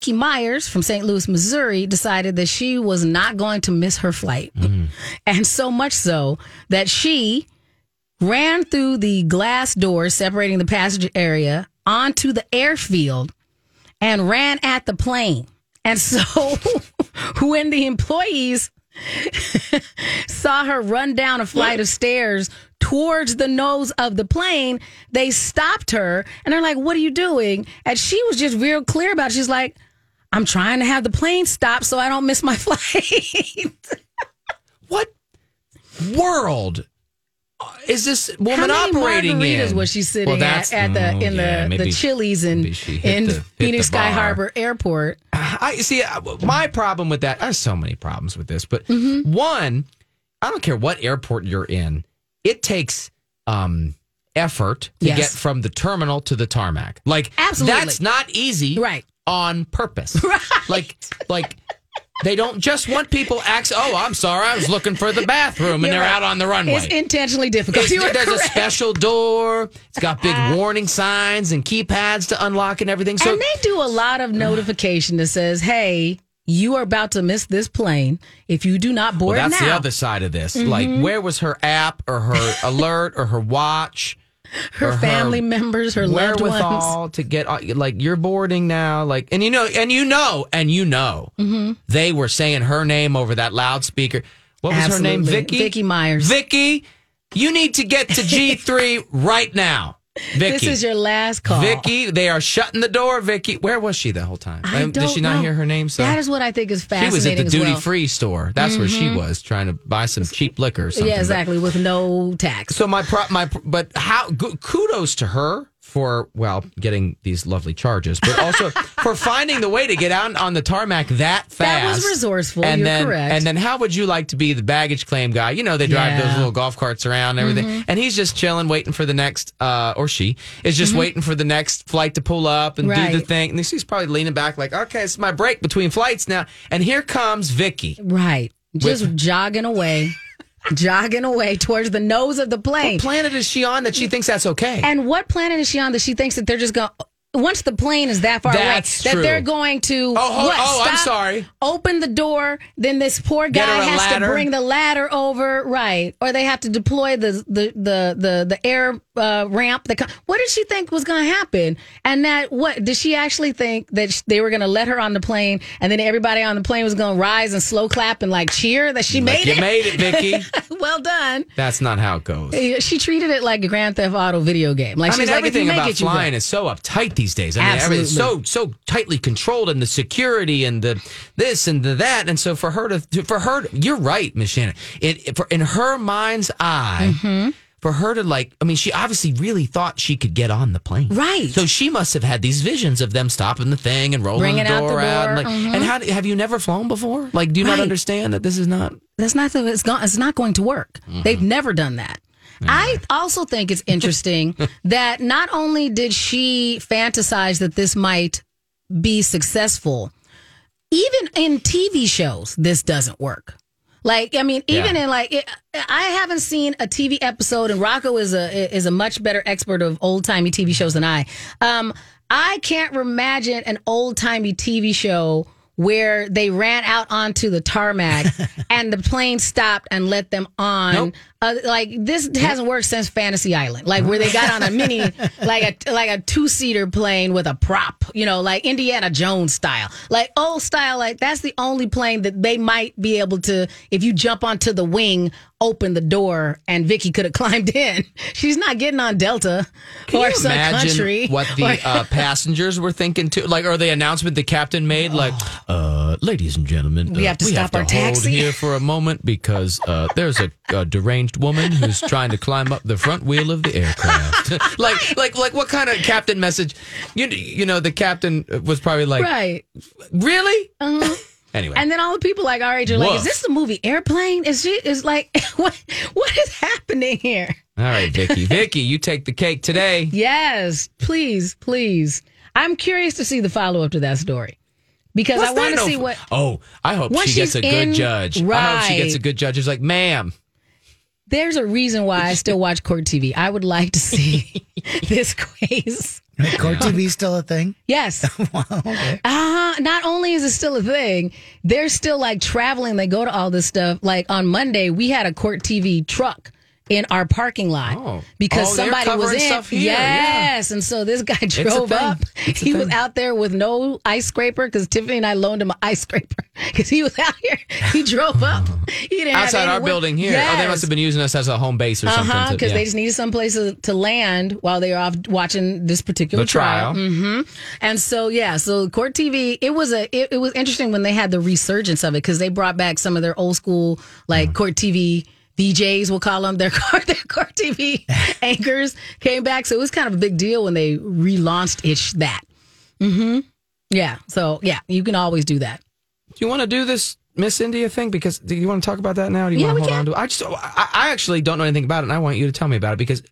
Speaker 1: Vicky Myers from St. Louis, Missouri decided that she was not going to miss her flight. And so much so that she ran through the glass door separating the passenger area onto the airfield and ran at the plane. And so when the employees saw her run down a flight of stairs towards the nose of the plane. They stopped her and they're like, What are you doing? And she was just real clear about it. She's like, I'm trying to have the plane stop so I don't miss my flight.
Speaker 2: World is this woman
Speaker 1: How many
Speaker 2: operating
Speaker 1: margaritas
Speaker 2: in?
Speaker 1: was she sitting
Speaker 2: Well,
Speaker 1: at,
Speaker 2: that's-
Speaker 1: at the
Speaker 2: mm,
Speaker 1: in the
Speaker 2: yeah, maybe
Speaker 1: the
Speaker 2: she-
Speaker 1: Chili's in
Speaker 2: hit
Speaker 1: in
Speaker 2: the- hit
Speaker 1: Phoenix
Speaker 2: the
Speaker 1: Sky
Speaker 2: bar.
Speaker 1: Harbor Airport?
Speaker 2: I see. uh, My problem with that. I have so many problems with this, but
Speaker 1: Mm-hmm.
Speaker 2: one, I don't care what airport you're in. It takes um, effort to
Speaker 12: Yes.
Speaker 2: get from the terminal to the tarmac. Like
Speaker 12: Absolutely.
Speaker 2: that's not easy, right? On purpose, right? Like, like they don't just want people. Acts. Oh, I'm sorry. I was looking for the bathroom, and
Speaker 1: You're
Speaker 2: they're
Speaker 1: right.
Speaker 2: out on the runway.
Speaker 1: It's intentionally difficult.
Speaker 2: It's-
Speaker 1: You are
Speaker 2: there's
Speaker 1: correct. Uh-huh.
Speaker 2: a special door. It's got big warning signs and keypads to unlock and everything. So
Speaker 1: and they do a lot of notification that says, "Hey, you are about to miss this plane if you do not board
Speaker 2: well, that's
Speaker 1: now."
Speaker 2: the other side of this.
Speaker 1: Mhm.
Speaker 2: Like, where was her app or her alert or her watch?
Speaker 1: her
Speaker 2: or
Speaker 1: family members, her loved
Speaker 2: wherewithal
Speaker 1: ones.
Speaker 2: to get like you're boarding now. Like, and you know, and you know, and you know,
Speaker 1: Mhm.
Speaker 2: they were saying her name over that loudspeaker. What was her name?
Speaker 1: Absolutely.
Speaker 2: Vicky.
Speaker 1: Vicky Myers.
Speaker 2: Vicky, you need to get to G three right now. Vicky,
Speaker 1: This is your last call.
Speaker 2: Vicky, they are shutting the door. Vicky, where was she the whole time?
Speaker 1: I
Speaker 2: Um, Did she
Speaker 1: don't
Speaker 2: not
Speaker 1: know.
Speaker 2: hear her name? So
Speaker 1: that is what I think is
Speaker 2: she
Speaker 1: fascinating.
Speaker 2: was at the
Speaker 1: as
Speaker 2: duty
Speaker 1: well.
Speaker 2: free store. That's where she
Speaker 1: Mhm.
Speaker 2: was trying to buy some cheap liquor or something.
Speaker 1: Yeah, exactly, with no tax.
Speaker 2: So my pro- my pro- but how gu- kudos to her for well getting these lovely charges, but also for finding the way to get out on the tarmac that fast.
Speaker 1: That was resourceful,
Speaker 2: And
Speaker 1: you're
Speaker 2: then
Speaker 1: correct.
Speaker 2: and then how would you like to be the baggage claim guy? You know they drive
Speaker 1: Yeah.
Speaker 2: those little golf carts around and everything,
Speaker 1: Mhm.
Speaker 2: and he's just chilling, waiting for the next uh, or she is just
Speaker 1: Mhm.
Speaker 2: waiting for the next flight to pull up and do the
Speaker 1: Right.
Speaker 2: thing. And he's probably leaning back like, okay, it's my break between flights now. And here comes Vicky.
Speaker 1: Right. Just
Speaker 2: With-
Speaker 1: jogging away, jogging away towards the nose of the plane. What
Speaker 2: planet is she on that she thinks that's okay?
Speaker 1: Mm. And what planet is she on that she thinks that they're just going? Once the plane is that far
Speaker 2: That's
Speaker 1: away,
Speaker 2: true.
Speaker 1: that they're going to
Speaker 2: Oh, hold-
Speaker 1: what,
Speaker 2: oh, I'm
Speaker 1: stop,
Speaker 2: sorry.
Speaker 1: Open the door. Then this poor
Speaker 2: Get
Speaker 1: guy
Speaker 2: her a
Speaker 1: has to
Speaker 2: ladder.
Speaker 1: bring the ladder over, right? Or they have to deploy the the the the, the air uh, ramp. That co- what did she think was going to happen? And that what did she actually think that sh- they were going to let her on the plane, and then everybody on the plane was going to rise and slow clap and like cheer that she
Speaker 2: Like,
Speaker 1: made
Speaker 2: you
Speaker 1: it?
Speaker 2: made it, Vicky.
Speaker 1: well done.
Speaker 2: That's not how it goes.
Speaker 1: Yeah, She treated it like a Grand Theft Auto video game. Like
Speaker 2: I mean,
Speaker 1: she's like, if you
Speaker 2: everything
Speaker 1: make
Speaker 2: about
Speaker 1: it, you go.
Speaker 2: flying is so uptight these days. I mean, everything's so
Speaker 1: Absolutely.
Speaker 2: so tightly controlled, and the security, and the this and the that, and so for her to to- for her, to- you're right, Miss Shannon. It, it- for, in her mind's eye,
Speaker 1: Mm-hmm.
Speaker 2: for her to like, I mean, she obviously really thought she could get on the plane,
Speaker 1: right?
Speaker 2: So she must have had these visions of them stopping the thing and rolling
Speaker 1: Bringing
Speaker 2: the
Speaker 1: out the
Speaker 2: door out, and,
Speaker 1: door,
Speaker 2: like,
Speaker 1: mhm.
Speaker 2: and how do- have you never flown before? Like, do you not
Speaker 1: Right.
Speaker 2: understand that this is not?
Speaker 1: That's not the, it's, go, it's not going to work.
Speaker 2: Mm-hmm.
Speaker 1: They've never done that. I also think it's interesting that not only did she fantasize that this might be successful, even in TV shows, this doesn't work. Like I mean, even
Speaker 11: Yeah.
Speaker 1: in like it, I haven't seen a TV episode, and Rocco is a is a much better expert of old timey TV shows than I. Um, I can't imagine an old timey TV show where they ran out onto the tarmac and the plane stopped and let them on. Uh, like this hasn't worked since Fantasy Island, like where they got on a mini, like a like a two seater plane with a prop, you know, like Indiana Jones style, like old style. Like that's the only plane that they might be able to, if you jump onto the wing, open the door, and Vicky could have climbed in. She's not getting on Delta
Speaker 2: Can
Speaker 1: or
Speaker 2: you
Speaker 1: some
Speaker 2: imagine
Speaker 1: country.
Speaker 2: what the
Speaker 1: or-
Speaker 2: uh, passengers were thinking too? Like, or the announcement the captain made, like, uh, "Ladies and gentlemen,
Speaker 1: We
Speaker 2: uh,
Speaker 1: have to stop our
Speaker 2: hold
Speaker 1: taxi."
Speaker 2: here for a moment because uh, there's a, a deranged woman who's trying to climb up the front wheel of the aircraft." like, like, like, what kind of captain message? You, you know, the captain was probably like,
Speaker 1: right?
Speaker 2: Really?
Speaker 1: Uh-huh.
Speaker 2: Anyway,
Speaker 1: And then all the people like our age are like,
Speaker 2: Woof.
Speaker 1: "Is this the movie Airplane? Is she is like what what is happening here?"
Speaker 2: all right, Vicky, Vicky, you take the cake today.
Speaker 1: Yes, please, please. I'm curious to see the follow up to that story because
Speaker 2: What's
Speaker 1: I want
Speaker 2: that
Speaker 1: to
Speaker 2: no-
Speaker 1: see what.
Speaker 2: Oh, I hope
Speaker 1: Once
Speaker 2: she gets a
Speaker 1: she's
Speaker 2: good
Speaker 1: in-
Speaker 2: judge. I hope she gets a
Speaker 1: Right.
Speaker 2: good judge. It's like, ma'am.
Speaker 1: There's a reason why I still watch court TV. I would like to see this quiz.
Speaker 3: Court TV still a thing?
Speaker 1: Yes. Uh, not only is it still a thing, they're still like traveling. They go to all this stuff. Like on Monday, we had a court TV truck in our parking lot because
Speaker 11: Oh, they're
Speaker 1: somebody was
Speaker 11: covering
Speaker 1: in.
Speaker 11: stuff here, yeah.
Speaker 1: yes, and so this guy
Speaker 11: a
Speaker 1: drove
Speaker 11: thing.
Speaker 1: up.
Speaker 11: It's a
Speaker 1: He was
Speaker 11: thing.
Speaker 1: out there with no ice scraper because Tiffany and I loaned him an ice scraper because he was out here. He drove up He didn't have
Speaker 2: outside our
Speaker 1: anywhere-
Speaker 2: building here. Oh, they
Speaker 1: Yes.
Speaker 2: must have been using us as a home base or something. to-
Speaker 1: because
Speaker 2: yeah.
Speaker 1: Uh-huh, they just needed some place to, to land while they were off watching this particular
Speaker 2: The trial.
Speaker 1: hmm And so yeah, so Court TV, it was a it, it was interesting when they had the resurgence of it because they brought back some of their old school
Speaker 2: Uh-huh.
Speaker 1: like Court TV. DJs, we'll call them their car, their car TV anchors came back, so it was kind of a big deal when they relaunched ish that. Mm-hmm. Yeah, so yeah, you can always do that.
Speaker 2: Do you want to do this Miss India thing? Because do you want to talk about that now? Or do you
Speaker 1: Yeah,
Speaker 2: want to
Speaker 1: we
Speaker 2: hold on to it? I just, I, I actually don't know anything about it, and I want you to tell me about it because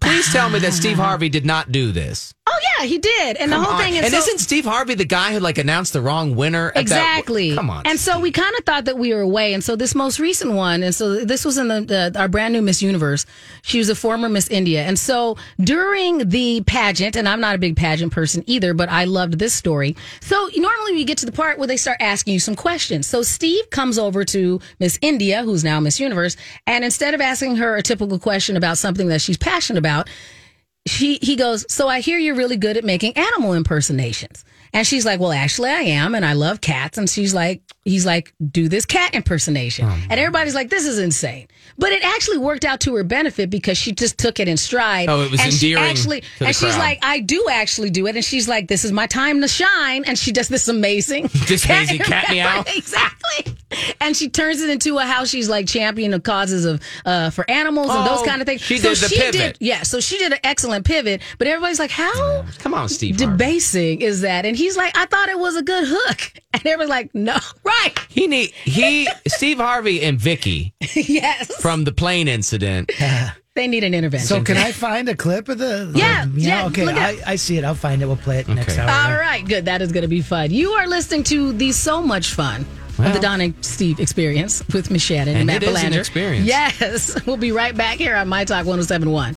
Speaker 2: please tell me that Steve Harvey did not do this.
Speaker 1: Oh yeah, he did, and the
Speaker 2: Come
Speaker 1: whole
Speaker 2: on.
Speaker 1: thing. is
Speaker 2: and
Speaker 1: so-
Speaker 2: isn't Steve Harvey the guy who like announced the wrong winner? at that-
Speaker 1: Exactly.
Speaker 2: come on.
Speaker 1: And so we kind of thought that we were away. And so this most recent one, and so this was in the, the our brand new Miss Universe. She was a former Miss India, and so during the pageant, and I'm not a big pageant person either, but I loved this story. So normally we get to the part where they start asking you some questions. So Steve comes over to Miss India, who's now Miss Universe, and instead of asking her a typical question about something that she's passionate about, she he goes, So I hear you're really good at making animal impersonations. And she's like, Well, actually I am and I love cats. And she's like he's like, Do this cat impersonation.
Speaker 2: Hmm.
Speaker 1: and everybody's like, This is insane. But it actually worked out to her benefit because she just took it in stride.
Speaker 2: Oh, it was
Speaker 1: and she
Speaker 2: endearing
Speaker 1: actually
Speaker 2: to the
Speaker 1: and she's
Speaker 2: crowd.
Speaker 1: like, I do actually do it. And she's like, This is my time to shine. And she does this amazing
Speaker 2: This amazing cat meow.
Speaker 1: exactly. And she turns it into a how she's like champion of causes of uh, for animals and those
Speaker 2: Oh,
Speaker 1: kind of things.
Speaker 2: she did the pivot.
Speaker 1: yeah, so she did an excellent pivot. But everybody's like, how
Speaker 2: Come on, Steve. Harvey.
Speaker 1: debasing is that? And he's like, I thought it was a good hook. And everybody's like, no, right?
Speaker 2: He need he Steve Harvey and Vicky
Speaker 1: yes,
Speaker 2: from the plane incident.
Speaker 1: they need an intervention.
Speaker 3: So can I find a clip of the?
Speaker 1: Yeah,
Speaker 3: the-
Speaker 1: yeah,
Speaker 3: Okay,
Speaker 1: look it
Speaker 3: I, I see it. I'll find it. We'll play it next hour.
Speaker 1: All right, good. That is going to be fun. You are listening to the So Much Fun of the Don and Steve Experience with Miss Shannon and,
Speaker 2: And
Speaker 1: Matt
Speaker 2: it is an
Speaker 1: Belanger.
Speaker 2: experience.
Speaker 1: Yes. We'll be right back here on My Talk 1071.